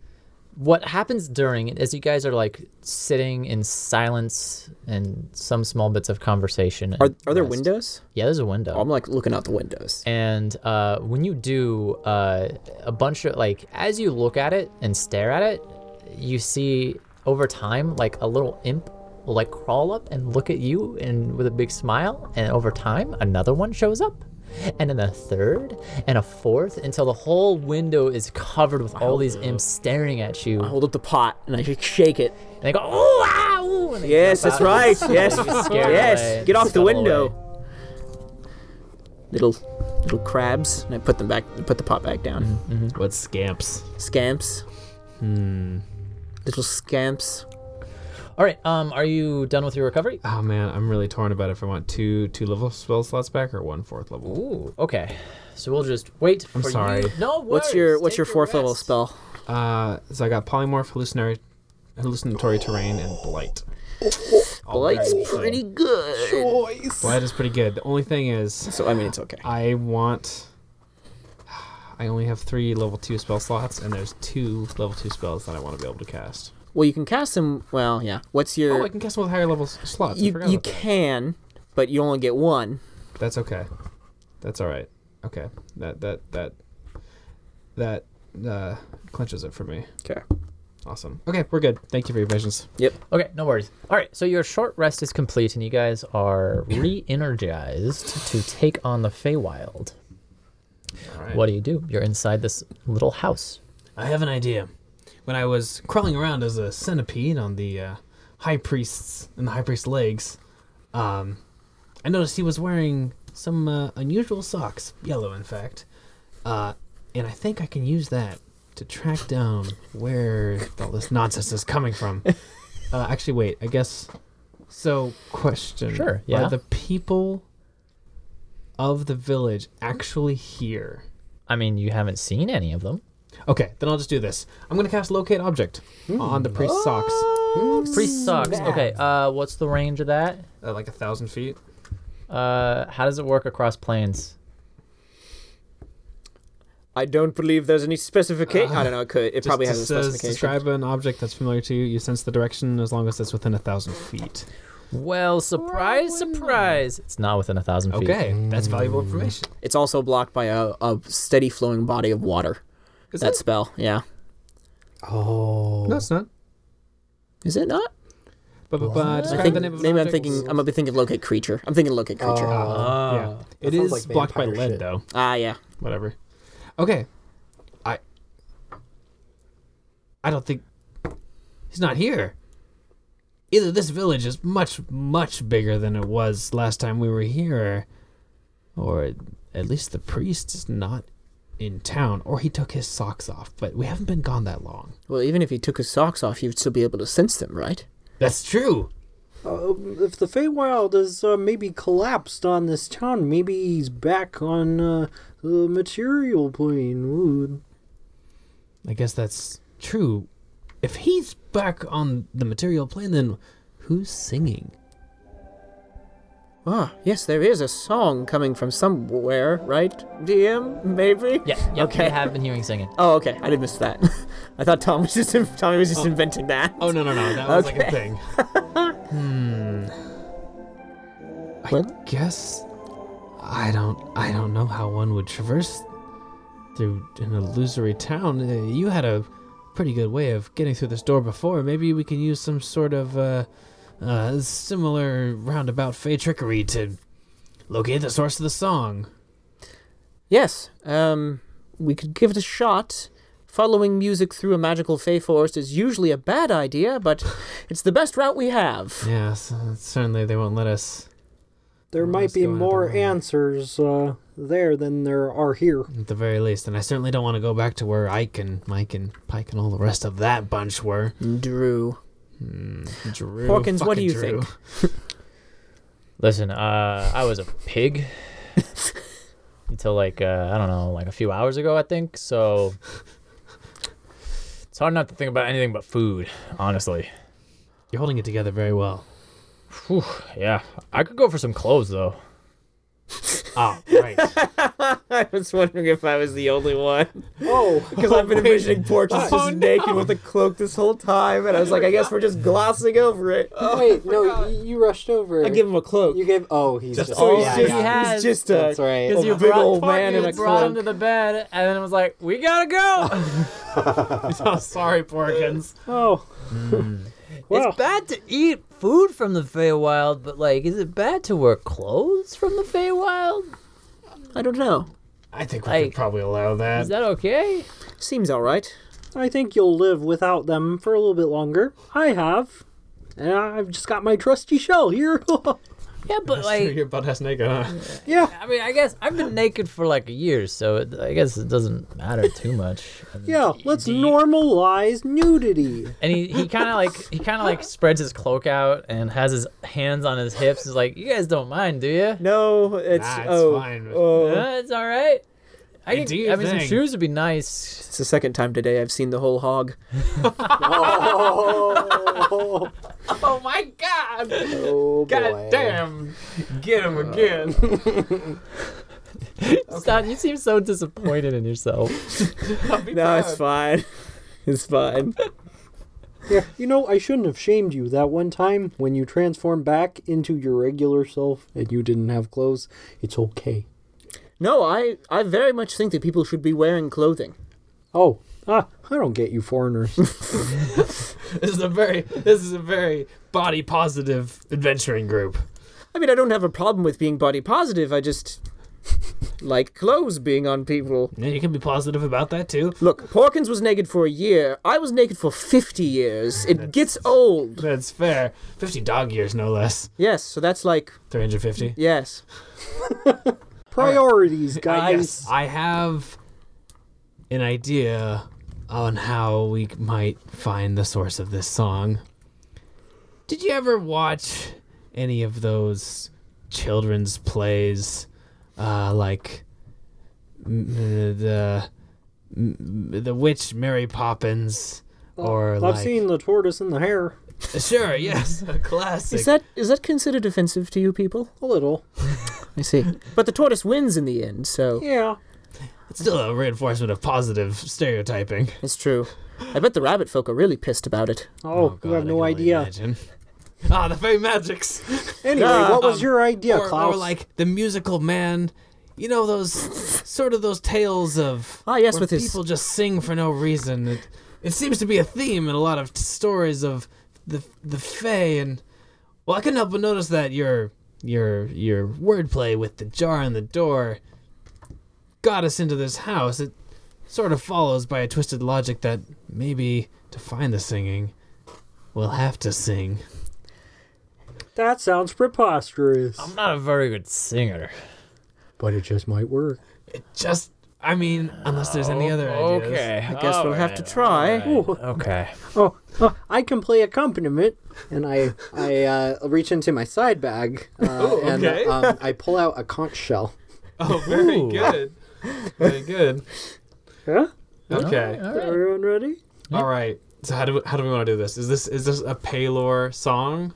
S2: what happens during it is you guys are like sitting in silence and some small bits of conversation. and
S5: Are are there
S2: rest.
S5: windows?
S2: Yeah, there's a
S5: Oh,
S2: window.
S5: I'm like looking out the windows.
S2: And uh, when you do, uh, a bunch of like as you look at it and stare at it, you see over time like a little imp will like crawl up and look at you and with a big smile and over time another one shows up and then a third and a fourth until the whole window is covered with all these imps staring at you
S5: I hold up the pot and I just shake it.
S2: and they go oh ah, ooh," and they
S5: Yes,
S2: jump
S5: that's
S2: out.
S5: right. Yes,
S2: scared
S5: yes.
S2: away,
S5: Get off the
S2: scuttle
S5: window.
S2: away.
S5: Little little crabs, and I put them back. Put the pot back down.
S4: What scamps?
S5: Scamps. Hmm. Little scamps.
S2: all right um are you done with your recovery
S4: Oh man, I'm really torn about if I want two two level spell slots back or one fourth level.
S2: Ooh, okay. So we'll just wait
S4: I'm
S2: for
S4: sorry.
S2: you. No worries.
S5: What's your What's
S2: Take
S5: your fourth level
S2: rest.
S5: spell?
S4: Uh, so I got polymorph, hallucinatory, hallucinatory terrain, and blight. All
S5: Blight's
S4: very
S5: pretty good.
S4: good. Blight is pretty good. The only thing is,
S5: So I mean, it's okay.
S4: I want. I only have three level two spell slots, and there's two level two spells that I want to be able to cast.
S5: Well, you can cast them. Well, yeah. What's
S4: Oh,
S5: your?
S4: I can cast them with higher level s- slots. I
S5: you
S4: forgot
S5: you
S4: about that.
S5: can, but you only get one.
S4: That's okay. That's all right. Okay. That that that that uh, clinches it for me.
S5: Okay.
S4: Awesome. Okay, we're good. Thank you for your patience.
S2: Okay, no worries. All right, so your short rest is complete, and you guys are re-energized to take on the Feywild.
S4: All right.
S2: What do you do? You're inside this little house.
S4: I have an idea. When I was crawling around as a centipede on the uh, high priest's and the high priest's legs, um, I noticed he was wearing some uh, unusual socks, yellow in fact, uh, and I think I can use that to track down where all this nonsense is coming from. uh, actually, wait. I guess. So, question.
S2: Sure, yeah.
S4: Are the people of the village actually here?
S2: I mean, you haven't seen any of them.
S4: Okay, then I'll just do this. I'm gonna cast locate object
S5: Hmm.
S4: on the priest's socks,
S5: Ah.
S2: Priest socks. Okay. Uh, what's the range of that?
S4: uh, like a thousand feet.
S2: Uh, how does it work across planes?
S5: I don't believe there's any specification. I don't know. It could. It probably has a
S4: Uh, just says,
S5: specification.
S4: describe an object that's familiar to you. You sense the direction as long as it's within a thousand feet.
S2: Well, surprise, surprise. It's not within a thousand feet.
S4: Okay, that's valuable
S5: Hmm.
S4: information.
S5: It's also blocked by a, a steady flowing body of water.
S4: Is
S5: that
S4: it?
S5: spell, yeah.
S3: Oh.
S4: No, it's not.
S5: Is it not?
S4: But, but, but
S5: I
S4: describe
S5: think
S4: the Uh. name of an
S5: maybe I'm
S4: object.
S5: thinking. uh, I'm gonna be thinking locate creature. I'm thinking locate creature.
S2: uh,
S3: Oh.
S4: yeah, it
S3: sounds
S4: is
S3: like
S4: blocked by
S3: vampire
S4: lead
S3: shit.
S4: though.
S5: Ah, yeah.
S4: Whatever. Okay, I. I don't think he's not here. Either this village is much much bigger than it was last time we were here, or at least the priest is not in town, or he took his socks off. But we haven't been gone that long.
S5: Well, even if he took his socks off, you'd still be able to sense them, right?
S4: That's true.
S9: Uh, if the Feywild has uh, maybe collapsed on this town, maybe he's back on uh, the material plane. Ooh.
S4: I guess that's true. If he's back on the material plane, then who's singing?
S5: Ah, yes, there is a song coming from somewhere, right? DM, maybe.
S2: Yeah. Yep,
S5: Okay.
S2: I have been hearing singing.
S5: Oh, okay. I did miss that. I thought Tom was just Tommy was just inventing that.
S4: Oh no no no! That was like a
S5: Okay.
S4: thing. hmm. I
S5: What?
S4: guess I don't. I don't know how one would traverse through an illusory town. Uh, You had a pretty good way of getting through this door before. Maybe we can use some sort of uh, uh, similar roundabout fey trickery to locate the source of the song.
S5: Yes. Um, we could give it a shot. Following music through a magical fey forest is usually a bad idea, but it's the best route we have.
S4: Yes, uh, certainly they won't let us.
S9: There might
S4: let's
S9: be
S4: go another
S9: more
S4: way.
S9: answers uh, there than there are here.
S4: At the very least, and I certainly don't want to go back to where Ike and Mike and Pike and all the rest of that bunch were.
S5: Drew.
S4: Hmm, Drew,
S5: Porkins, what do
S4: fucking
S5: you
S4: Drew.
S5: think?
S2: Listen, uh, I was a pig until like uh, I don't know, like a few hours ago, I think. So it's hard not to think about anything but food, honestly.
S4: You're holding it together very well.
S2: Whew, yeah, I could go for some clothes though.
S4: Ah, right.
S5: I was wondering if I was the only one.
S9: Oh,
S5: Because I've been envisioning Porkins just naked with a cloak this whole time, and I was like, I guess we're just glossing over it.
S3: Oh, Wait, no, y- you rushed over.
S5: I give him a cloak.
S3: You gave. Oh, he's just.
S5: so he's,
S3: yeah,
S5: just,
S3: yeah.
S2: he has-
S5: he's just a,
S3: That's right.
S5: a
S2: you
S5: big
S2: brought-
S5: old man in a
S2: Brought him
S5: cloak.
S2: to the bed, and then it was like, "We gotta go."
S4: oh, sorry, Porkins.
S9: oh. well,
S2: it's bad to eat food from the Feywild, but like, is it bad to wear clothes from the Feywild?
S5: I don't know.
S4: I think we
S2: Ike.
S4: could probably allow that.
S2: Is that okay?
S5: Seems alright.
S9: I think you'll live without them for a little bit longer. I have. And I've just got my trusty shell here.
S2: Yeah, but like,
S4: Your butt has naked, huh?
S9: yeah,
S2: I mean, I guess I've been naked for like a year, so it, I guess it doesn't matter too much. And,
S9: yeah. Let's normalize nudity.
S2: and he, he kind of like he kind of like spreads his cloak out and has his hands on his hips. Is like, you guys don't mind, do you?
S5: No, it's,
S4: Nah, it's
S5: oh,
S4: fine.
S5: oh.
S2: Uh, it's all right. I,
S4: do
S2: can,
S4: your
S2: I mean, some
S4: thing.
S2: shoes would be nice.
S5: It's the second time today I've seen the whole hog.
S4: Oh my god!
S3: Oh, boy.
S4: damn! Get him again.
S2: Stop! You seem so disappointed in yourself.
S5: No, it's fine. It's fine.
S9: Yeah, you know, I shouldn't have shamed you that one time when you transformed back into your regular self and you didn't have clothes. It's okay.
S5: No, I, I very much think that people should be wearing clothing.
S9: Oh, ah, I don't get you foreigners.
S4: This is a very, this is a very body positive adventuring group.
S5: I mean, I don't have a problem with being body positive. I just like clothes being on people.
S4: Yeah, you can be positive about that too.
S5: Look, Porkins was naked for a year. I was naked for 50 years. It gets old.
S4: That's fair. Fifty dog years, no less.
S5: Yes, so that's like,
S4: Three hundred fifty.
S5: yes.
S9: Priorities,
S4: I-
S9: guys.
S4: Uh, yes, I have an idea on how we might find the source of this song. Did you ever watch any of those children's plays, uh, like mm, the m- the witch Mary Poppins,
S9: Oh,
S4: or
S9: I've
S4: like
S9: seen the tortoise and the hare.
S4: sure, yes, a classic.
S5: Is that is that considered offensive to you people?
S9: A little.
S5: I see. but the tortoise wins in the end, so
S9: Yeah.
S4: It's still a reinforcement of positive stereotyping.
S5: it's true. I bet the rabbit folk are really pissed about it.
S9: Oh,
S4: God,
S9: you have
S4: I
S9: no
S4: can only
S9: idea.
S4: imagine. Ah, the fairy magics.
S9: Anyway, what was
S4: Um,
S9: your idea,
S4: or,
S9: Klaus?
S4: or like the musical man. You know those sort of those tales of
S5: Ah, yes,
S4: where
S5: with his-
S4: people just sing for no reason. It, it seems to be a theme in a lot of t- stories of the the fae and well, I couldn't help but notice that your your your wordplay with the jar and the door got us into this house. It sort of follows by a twisted logic that maybe to find the singing, we'll have to sing.
S9: that sounds preposterous.
S2: I'm not a very good singer.
S3: But it just might work.
S4: Just, I mean, unless there's any other ideas.
S2: Oh, Okay.
S5: I guess we'll have to try.
S9: Ooh,
S2: Okay.
S9: oh, oh,
S3: I can play accompaniment, and I I uh, reach into my side bag uh, and
S4: okay.
S3: um, I pull out a conch shell.
S4: Oh, very good. Very good.
S9: huh?
S4: Okay.
S9: Everyone ready?
S4: All right. So how do we, how do we want to do this? Is this is this a Paylor song?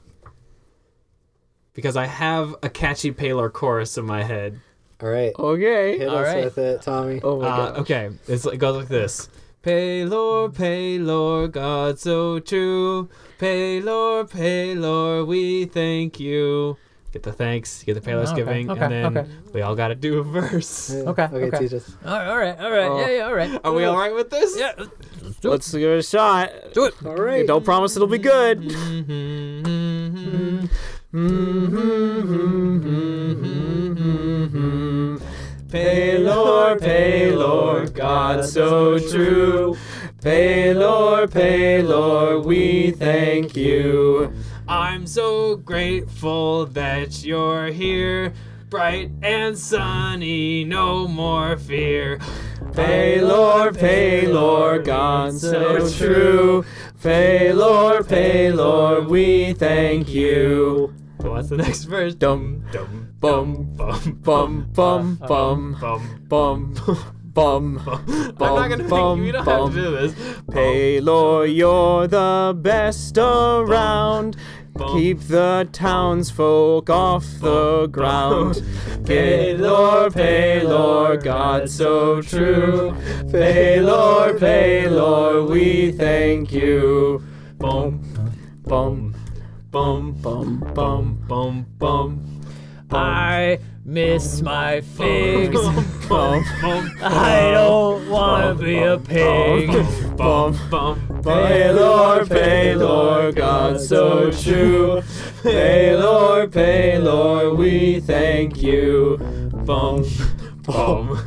S4: Because I have a catchy Paylor chorus in my head.
S3: All right,
S5: Okay.
S3: hit
S2: all
S3: us
S2: right.
S3: with it, Tommy.
S5: Oh my
S4: Uh,
S5: god.
S4: okay. It's, it goes like this. Paylor, Paylor, God so true. Paylor, Paylor, we thank you. Get the thanks, get the Paylor's giving,
S2: Oh, okay,
S4: and then
S2: okay.
S4: we all got to do a verse.
S2: Okay,
S3: okay,
S2: okay.
S3: teach us.
S2: All right. All right. All right. yeah. Yeah. All right.
S4: Are we all right with this?
S2: Yeah.
S5: Let's give it a shot.
S2: Do it.
S9: All right.
S5: Don't promise it'll be good.
S4: Paylor, Paylor, God so true. Paylor, Paylor, we thank you. I'm so grateful that you're here. Bright and sunny, no more fear. Paylor, Paylor, God so true. Paylor, Paylor, we thank you. What's the next verse? Dum, dum, bum, bum, bum, bum, bum, bum, bum, bum. I'm not gonna make you, you don't have to do this.
S5: Paylor, you're the best around. Keep the townsfolk off the ground. Paylor, Paylor, God so true. Paylor, Paylor, we thank you.
S4: Bum,
S5: Bum,
S4: bum,
S5: bum, bum.
S4: bum, bum, bum.
S2: I miss my figs.
S4: Bum, bum,
S2: I
S4: uh,
S2: don't want to be a pig.
S4: bum, bum,
S5: Paylor, Paylor, God so true. Paylor, Paylor, we thank you. Bum,
S4: bum,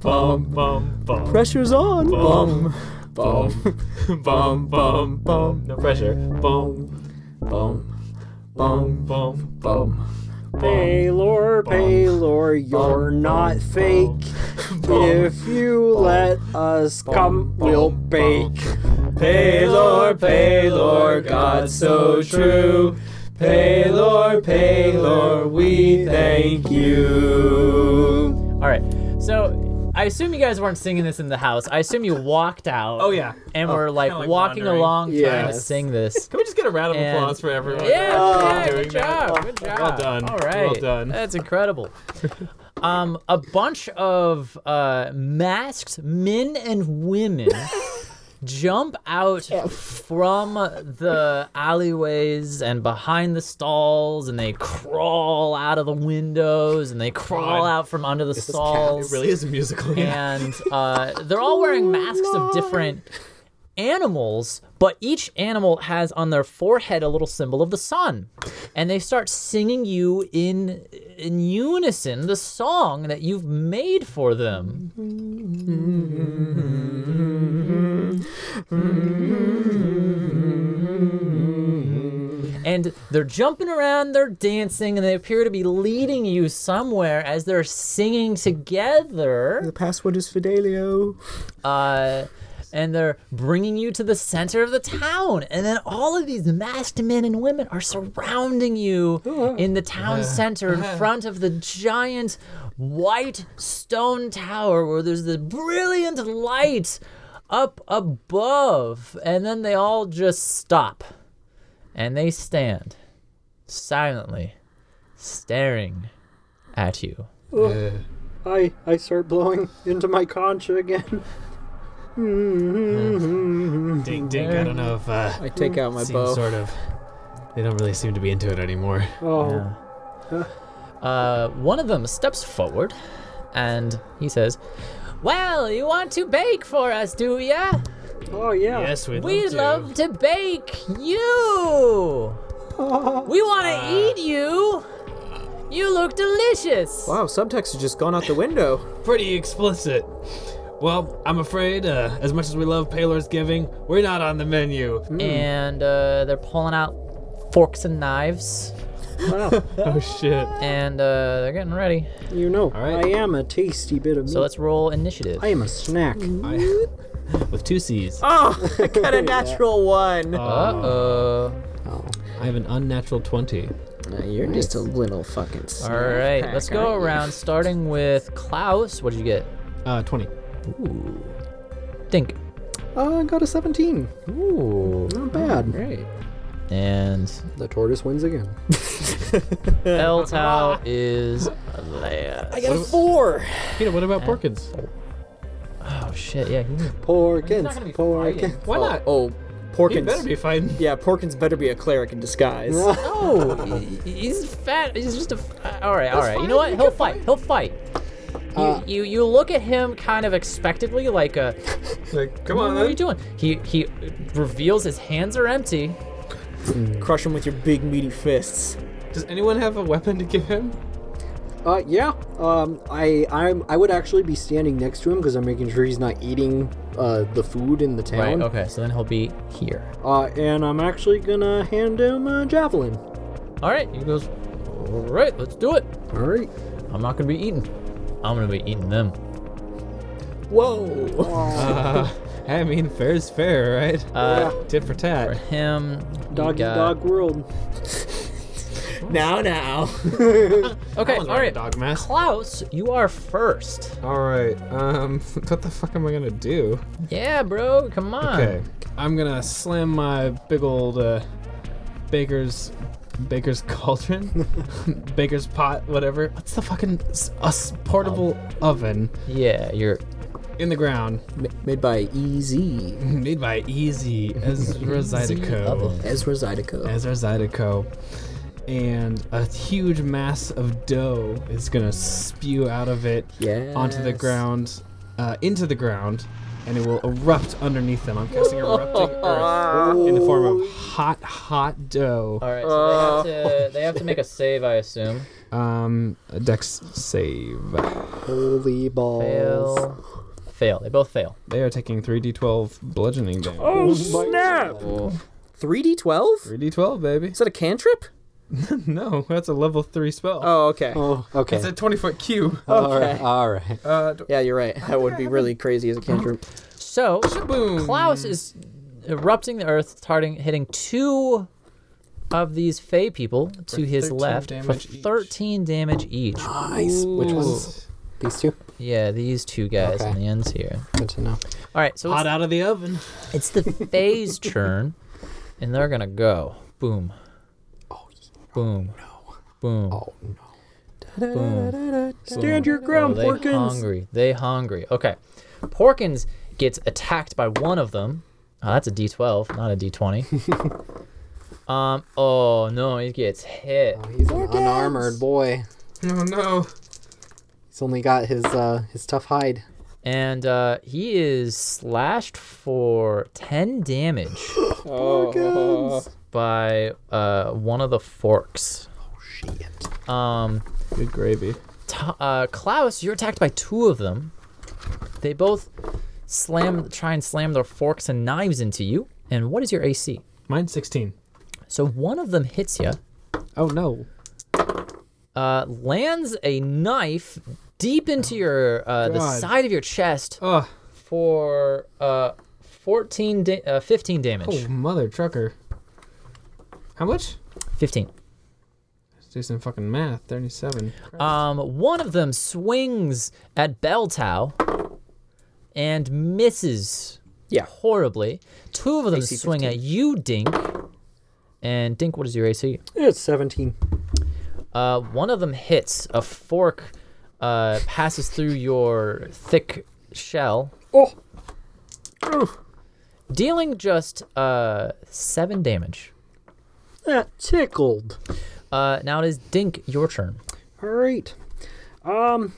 S4: bum, bum, bum.
S5: pressure's on. Bum, bum,
S4: bum, bum, bum. No pressure. Bum,
S5: bum, bum,
S4: bum,
S5: bum.
S9: Paylor, Paylor, you're not fake. If you let us come, we'll bake.
S5: Paylor, Paylor, God so true. Paylor, Paylor, we thank you.
S2: All right. So I assume you guys weren't singing this in the house. I assume you walked out.
S4: Oh, yeah.
S2: And were like,
S4: kinda like
S2: walking
S4: wandering.
S2: along trying to
S3: Yes.
S2: sing this.
S4: Can we just get a round of
S2: And-
S4: applause for everyone?
S2: Yeah, yeah,
S4: doing
S2: good
S4: that.
S2: job, good job.
S4: Well done.
S2: All right,
S4: Well done.
S2: That's incredible. um, a bunch of uh, masked men and women jump out from the alleyways and behind the stalls, and they crawl out of the windows, and they crawl
S4: God.
S2: out from under the
S3: is cat.
S2: stalls
S4: It really is a musical. Yeah.
S2: and uh, they're all wearing masks of different animals, but each animal has on their forehead a little symbol of the sun, and they start singing you in in unison the song that you've made for them. And they're jumping around, they're dancing, and they appear to be leading you somewhere as they're singing together.
S5: The password is Fidelio.
S2: Uh, and they're bringing you to the center of the town. And then all of these masked men and women are surrounding you in the town center in front of the giant white stone tower where there's the brilliant light up above. And then they all just stop and they stand silently staring at you.
S9: I I start blowing into my concha again.
S4: Ding ding. I don't know if uh,
S5: I take out my
S4: seems
S5: bow.
S4: sort of. They don't really seem to be into it anymore.
S9: Oh,
S2: Uh, one of them steps forward and he says, Well, you want to bake for us, do ya?
S9: oh yeah.
S4: Yes, we'd
S2: We love to bake you! We want to eat you! You look delicious!
S5: Wow, subtext has just gone out the window.
S4: pretty explicit. Well, I'm afraid, uh, as much as we love Paylor's Giving, we're not on the menu.
S2: And uh, they're pulling out forks and knives
S4: Oh, shit.
S2: and uh, they're getting ready.
S9: You know,
S4: right.
S9: I am a tasty bit of meat.
S3: Hmm.
S2: So let's Mm. roll initiative.
S9: I am a snack.
S4: I- with two C's.
S5: Oh, I got a natural one.
S2: Uh oh.
S4: I have an unnatural 20.
S5: Oh, you're just a little fucking.
S2: All right, let's go around starting with Klaus. What did you get?
S4: Uh, 20.
S2: Think.
S3: Uh, got a 17.
S2: Ooh.
S3: Not bad.
S2: Mm.
S5: Right.
S2: And
S3: The tortoise wins again.
S2: Eltow is there.
S5: I got a four.
S4: Peter, what
S2: Uh,
S4: about Porkins?
S2: Oh shit, yeah. he-
S3: Porkins.
S2: gonna be
S3: Porkins.
S4: Why not?
S5: Oh,
S4: he
S5: Porkins.
S4: better be fine.
S5: Yeah, Porkins better be a cleric in disguise.
S2: No, he- he's fat. He's just a. f- uh, All right, all right. You know what? He'll fight. He'll fight. You,
S4: Uh,
S2: you you look at him kind of expectantly, like a.
S4: Like, come on,
S2: What are you doing?
S4: then.
S2: He he reveals his hands are empty.
S5: Crush him with your big meaty fists.
S4: Does anyone have a weapon to give him?
S3: Uh, yeah. Um, I, I'm, I would actually be standing next to him because I'm making sure he's not eating uh, the food in the
S2: Right. oh.
S3: town.
S2: Okay. So then he'll be here.
S3: Uh, and I'm actually gonna hand him a javelin.
S2: All right. He goes. All right. Let's do it.
S3: All right.
S2: I'm not gonna be eaten. I'm gonna be eating them.
S5: Whoa.
S4: Uh, I mean, fair's fair, right?
S2: Uh,
S4: Tit for tat.
S2: Him. we
S9: Dog
S2: got-
S9: dog world.
S5: now, now.
S2: Okay. All
S4: Someone's wearing
S2: right.
S4: a Dog mask.
S2: Klaus, you are first.
S4: All right. Um, what the fuck am I gonna do?
S2: Yeah, bro. Come on.
S4: Okay, I'm gonna slam my big old uh, baker's baker's cauldron, baker's pot, whatever. What's the fucking s- a s- portable oven
S2: Yeah, you're.
S4: in the ground
S5: Ma- made by EZ.
S4: made by Easy Ezra Zydeco.
S5: Ezra Zydeco.
S4: Ezra Zydeco. And a huge mass of dough is gonna spew out of it
S5: Yes.
S4: onto the ground, uh, into the ground, and it will erupt underneath them. I'm casting erupting earth in the form of hot, hot dough.
S2: All right. So they
S4: Uh.
S2: have to. They have to make a save, I assume.
S4: Um, a dex save.
S3: Holy balls. Oh,
S2: Fail. Fail. They both fail.
S4: They are taking 3d12 bludgeoning damage.
S5: snap! 3d12?
S4: 3d12, baby.
S5: Is that a cantrip?
S4: No, that's a level three spell.
S5: Oh, okay.
S3: Oh, okay.
S4: It's a 20 foot cube.
S3: All right. All right.
S4: Uh, d-
S5: Yeah, you're right. That would be really crazy as a cantrip.
S2: So
S4: boom.
S2: Klaus is erupting the earth, starting hitting two of these Fey people to his
S4: 13
S2: left for
S4: damage each.
S2: 13 damage each.
S3: Nice. Which
S9: Mm.
S3: ones? These two.
S2: Yeah, these two guys on
S3: Okay.
S2: the ends here.
S3: Good to know.
S2: All right. So
S4: Hot out of the oven.
S2: it's, it's the Fey's turn, and they're gonna go. Boom. Oh, Boom. Boom.
S3: Oh no.
S9: Stand your
S2: Oh,
S9: ground,
S2: they
S9: Porkins.
S2: hungry. They hungry. Okay. Porkins gets attacked by one of them. Oh, that's a D12, not a D20. um. Oh no, Oh, he gets hit.
S3: He's an unarmored boy.
S4: Oh no.
S3: He's only got his uh his tough hide.
S2: and uh, he is slashed for 10 damage by uh, one of the forks. Oh shit. Um,
S4: Good gravy.
S2: T- uh, Klaus, you're attacked by two of them. They both slam, try and slam their forks and knives into you. And what is your AC?
S4: Mine's 16.
S2: So one of them hits you,
S4: Oh no.
S2: uh, lands a knife deep into your uh, the
S4: God.
S2: side of your chest
S4: Ugh.
S2: for uh, 14 da- uh, 15 damage.
S4: Oh, mother trucker. How much?
S2: 15.
S4: Let's do some fucking math. 37.
S2: Um, one of them swings at Beltow and misses.
S5: Yeah.
S2: Horribly. Two of them
S5: AC
S2: swing at you, Dink. And Dink, what is your AC?
S9: It's 17.
S2: Uh, one of them hits. A fork uh, passes through your thick shell.
S9: Oh.
S2: Dealing just uh, seven damage.
S9: That tickled.
S2: Uh, now it is Dink, your turn.
S9: All right. Um,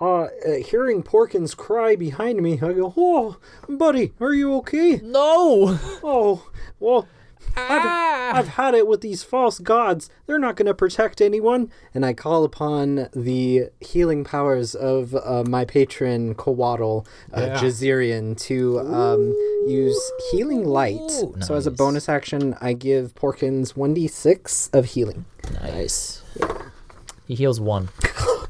S9: uh, hearing Porkins cry behind me, I go, "Oh, buddy, are you okay?"
S2: No!
S9: Oh, well, I've, I've had it with these false gods. They're not going to protect anyone.
S3: And I call upon the healing powers of uh, my patron Kowaddle, uh,
S4: Yeah.
S3: Jazirian, to um, use healing light. So as a
S2: nice.
S3: bonus action, I give Porkins 1d6 of healing.
S2: Nice. He heals one.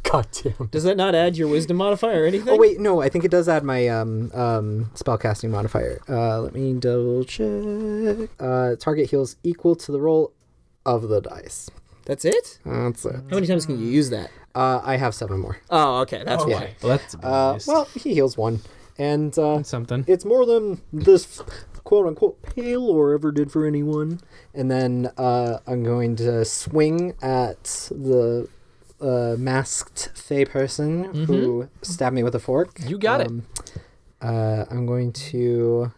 S9: God damn.
S5: Does that not add your wisdom modifier or anything?
S3: Oh wait, no, I think it does add my um um spellcasting modifier. Uh, let me double check. Uh, target heals equal to the roll of the dice.
S5: That's it?
S3: That's it.
S5: How many times can you use that?
S3: Uh, I have seven more.
S5: Oh, okay. That's
S4: Okay.
S5: why.
S4: Well, that's a
S3: Uh,
S4: bonus.
S3: well, he heals one, and uh,
S4: something.
S3: it's more than this quote unquote pale or ever did for anyone. And then uh, I'm going to swing at the uh, masked Fey person who stabbed me with a fork.
S2: Mm-hmm. You got it.
S3: it. Uh, I'm going to.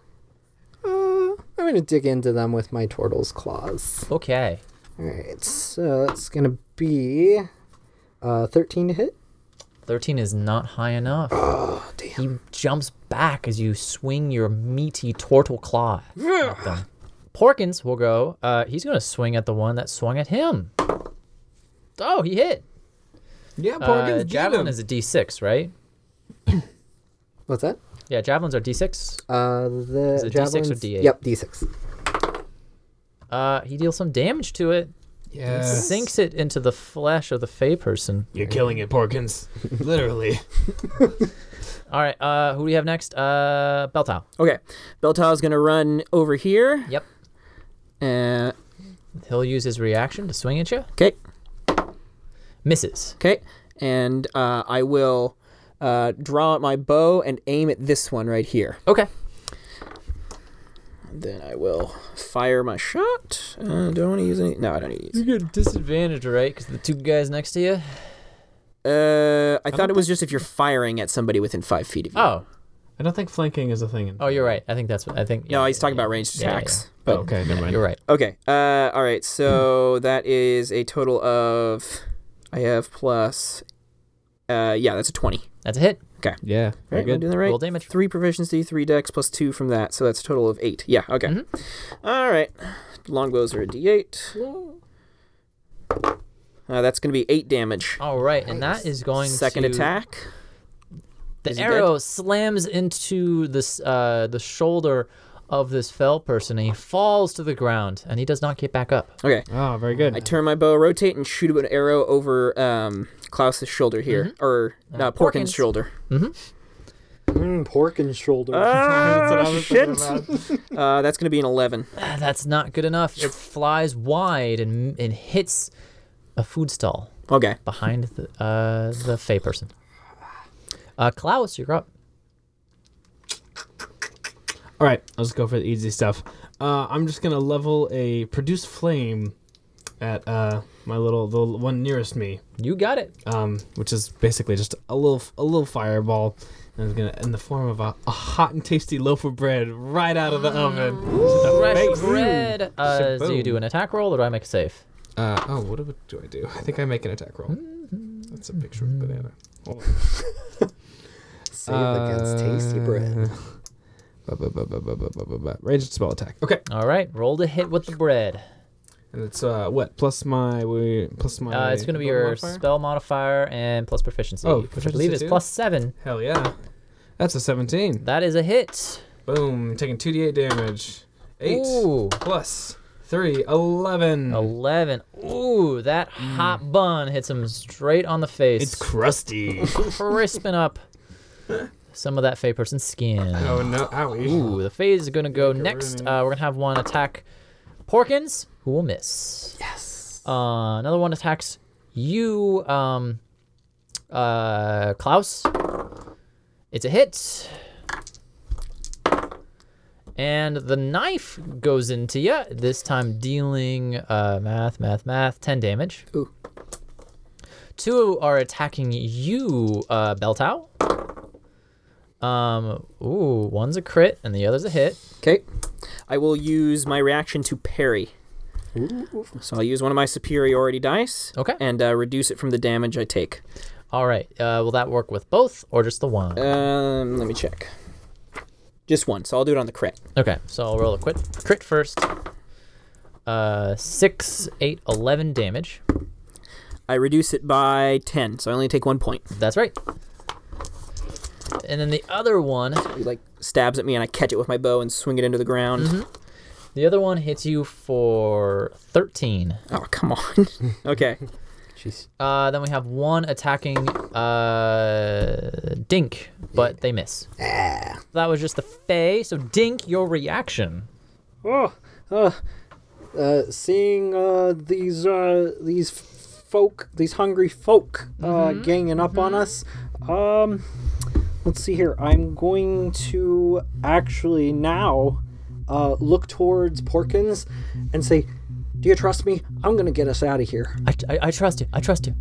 S3: Uh, I'm going to dig into them with my turtle's claws.
S2: Okay.
S3: All right, so that's going to be uh, 13 to hit.
S2: 13 is not high enough.
S3: Oh, damn.
S2: He jumps back as you swing your meaty turtle claw at them. Porkins will go. Uh, he's going to swing at the one that swung at him. Oh, he hit.
S4: Yeah,
S2: Uh,
S4: Porkins, get
S2: javelin
S4: him.
S2: is a d6, right?
S3: What's that?
S2: Yeah, javelins are d6.
S3: Uh, the
S2: Is it D6 or
S3: javelins-
S2: D8?
S3: Yep, D6.
S2: Uh, he deals some damage to it,
S4: yeah.
S2: sinks it into the flesh of the Fey person.
S4: You're killing it, Porkins. Literally.
S2: All right, uh, who do we have next? Uh, Beltow.
S5: Okay. Beltow's going to run over here.
S2: Yep.
S5: Uh,
S2: He'll use his reaction to swing at you.
S5: okay.
S2: Misses.
S5: Okay. And uh, I will uh, draw out my bow and aim at this one right here.
S2: Okay.
S5: Then I will fire my shot. Uh, do I want to use any? No, I don't need to use.
S2: You get disadvantage, right? Because the two guys next to you.
S5: Uh, I thought it was just if you're firing at somebody within five feet of you.
S2: Oh,
S4: I don't think flanking is a thing. In-
S2: oh, you're right. I think that's what I think.
S5: no,
S2: yeah,
S5: he's
S2: yeah,
S5: talking
S2: yeah.
S5: about ranged
S2: Yeah, yeah,
S5: attacks.
S4: oh, okay, never mind.
S2: You're right.
S5: Okay. Uh, all right. So that is a total of I have plus. Uh, yeah, that's a twenty.
S2: That's a hit.
S4: Yeah, very
S5: Right, am I
S4: good.
S5: doing that right?
S2: Roll damage.
S5: Three proficiency, three dex, plus two from that, so that's a total of eight. Yeah. Okay.
S2: Mm-hmm.
S5: All right. Longbows are a d8. Uh, that's going to be eight damage.
S2: All right, and that is going
S5: Second
S2: to
S5: attack. Is
S2: The
S5: he dead?
S2: arrow slams into this uh, the shoulder of this fell person, and he falls to the ground, and he does not get back up.
S5: Okay.
S4: Oh, very good.
S5: I turn my bow, rotate, and shoot an arrow over um, Klaus's shoulder here, or uh, Porkin's
S2: Porkins.
S5: shoulder.
S9: Mm, pork and shoulder.
S3: Ah!
S5: Uh, that's going to be an 11.
S2: Ah, That's not good enough. It flies wide and and hits a food stall
S5: Okay.
S2: behind the uh, the Fey person. Uh, Klaus, you're up.
S4: All right, let's go for the easy stuff. Uh, I'm just gonna level a produce flame at uh, my little the one nearest me,
S2: You got it.
S4: um, which is basically just a little a little fireball, and it's gonna in the form of a, a hot and tasty loaf of bread right out of the oven. To the
S2: Fresh
S4: face.
S2: bread. Uh, do you
S4: Shaboom.
S2: do an attack roll or do I make a save?
S4: Uh, oh, what do, do I do? I think I make an attack roll.
S3: Mm-hmm.
S4: That's a picture of banana. Hold on.
S3: Save against tasty
S2: Uh.
S3: bread.
S4: Uh, Ba, ba, ba, ba, ba, ba, ba, ba, ba. Ranged spell attack. Okay,
S2: All right, roll to hit with the bread. Uh,
S4: and it's uh what plus my we- plus my.
S2: Uh, it's going to be
S4: ability
S2: your
S4: modifier?
S2: spell modifier and plus proficiency,
S4: Oh,
S2: which I believe
S4: proficiency
S2: is
S4: too?
S2: plus seven.
S4: Hell yeah, that's a seventeen.
S2: That is a hit.
S4: Boom, taking 2d8 damage. 8
S2: Ooh.
S4: plus 3, 11.
S2: 11. Ooh, that
S4: Mm.
S2: hot bun hits him straight on the face.
S4: It's crusty.
S2: crisping up. some of that Fey person's skin.
S4: Oh no! Owie.
S2: Ooh, the Fae is gonna go
S4: Get rid of
S2: next.
S4: him.
S2: Uh, we're gonna have one attack Porkins, who will miss. Yes. Uh, another one attacks you, um, uh, Klaus. It's a hit. And the knife goes into you, this time dealing uh, math, math, math, 10 damage.
S5: Ooh.
S2: Two are attacking you, uh, Beltow. Um, ooh, one's a crit and the other's a hit.
S5: Okay. I will use my reaction to parry. So I'll use one of my superiority dice.
S2: Okay.
S5: And uh, reduce it from the damage I take.
S2: All right. Uh, will that work with both or just the one?
S5: Um, let me check. Just one, so I'll do it on the crit.
S2: okay. So I'll roll a crit, crit first. Uh, six, eight, eleven damage.
S5: I reduce it by 10, so I only take one point.
S2: That's right. And then the other one,
S5: He, like, stabs at me, and I catch it with my bow and swing it into the ground.
S2: the other one hits you for thirteen.
S5: Oh, come on. okay.
S10: Jeez.
S2: Uh, then we have one attacking uh, Dink, but they miss. That was just the Fey. So Dink, your reaction.
S3: Oh, uh, uh, seeing uh, these uh, these folk, these hungry folk, uh,
S2: Mm-hmm,
S3: ganging up on us. Um, let's see here. I'm going to actually now uh, look towards Porkins and say, "Do you trust me? I'm gonna get us out of here."
S2: I, I, I trust you. I trust you.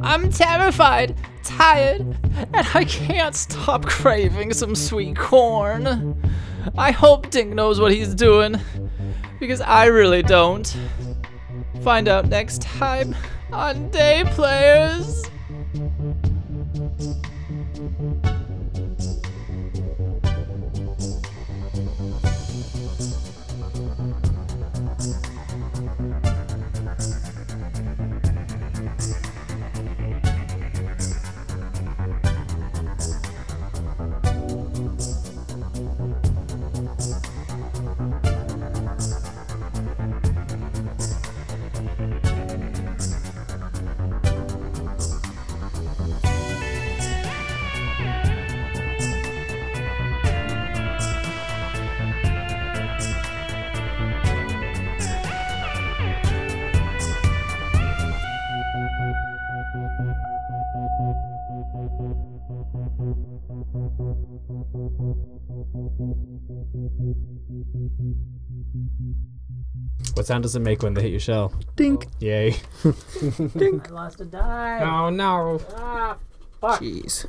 S6: I'm terrified, tired, and I can't stop craving some sweet corn. I hope Dink knows what he's doing, because I really don't. Find out next time on Day Players.
S4: What sound does it make when they hit your shell?
S10: Dink.
S4: Yay!
S3: I lost a die.
S4: Oh no!
S5: Jeez.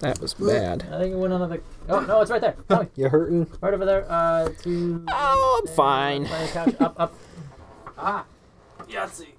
S5: That was bad.
S2: I think it went on the. Oh no, it's right there. Tommy.
S10: You hurting?
S2: Right over there, uh, to
S5: Oh, I'm fine.
S2: by the couch, up, up. Ah, Yahtzee.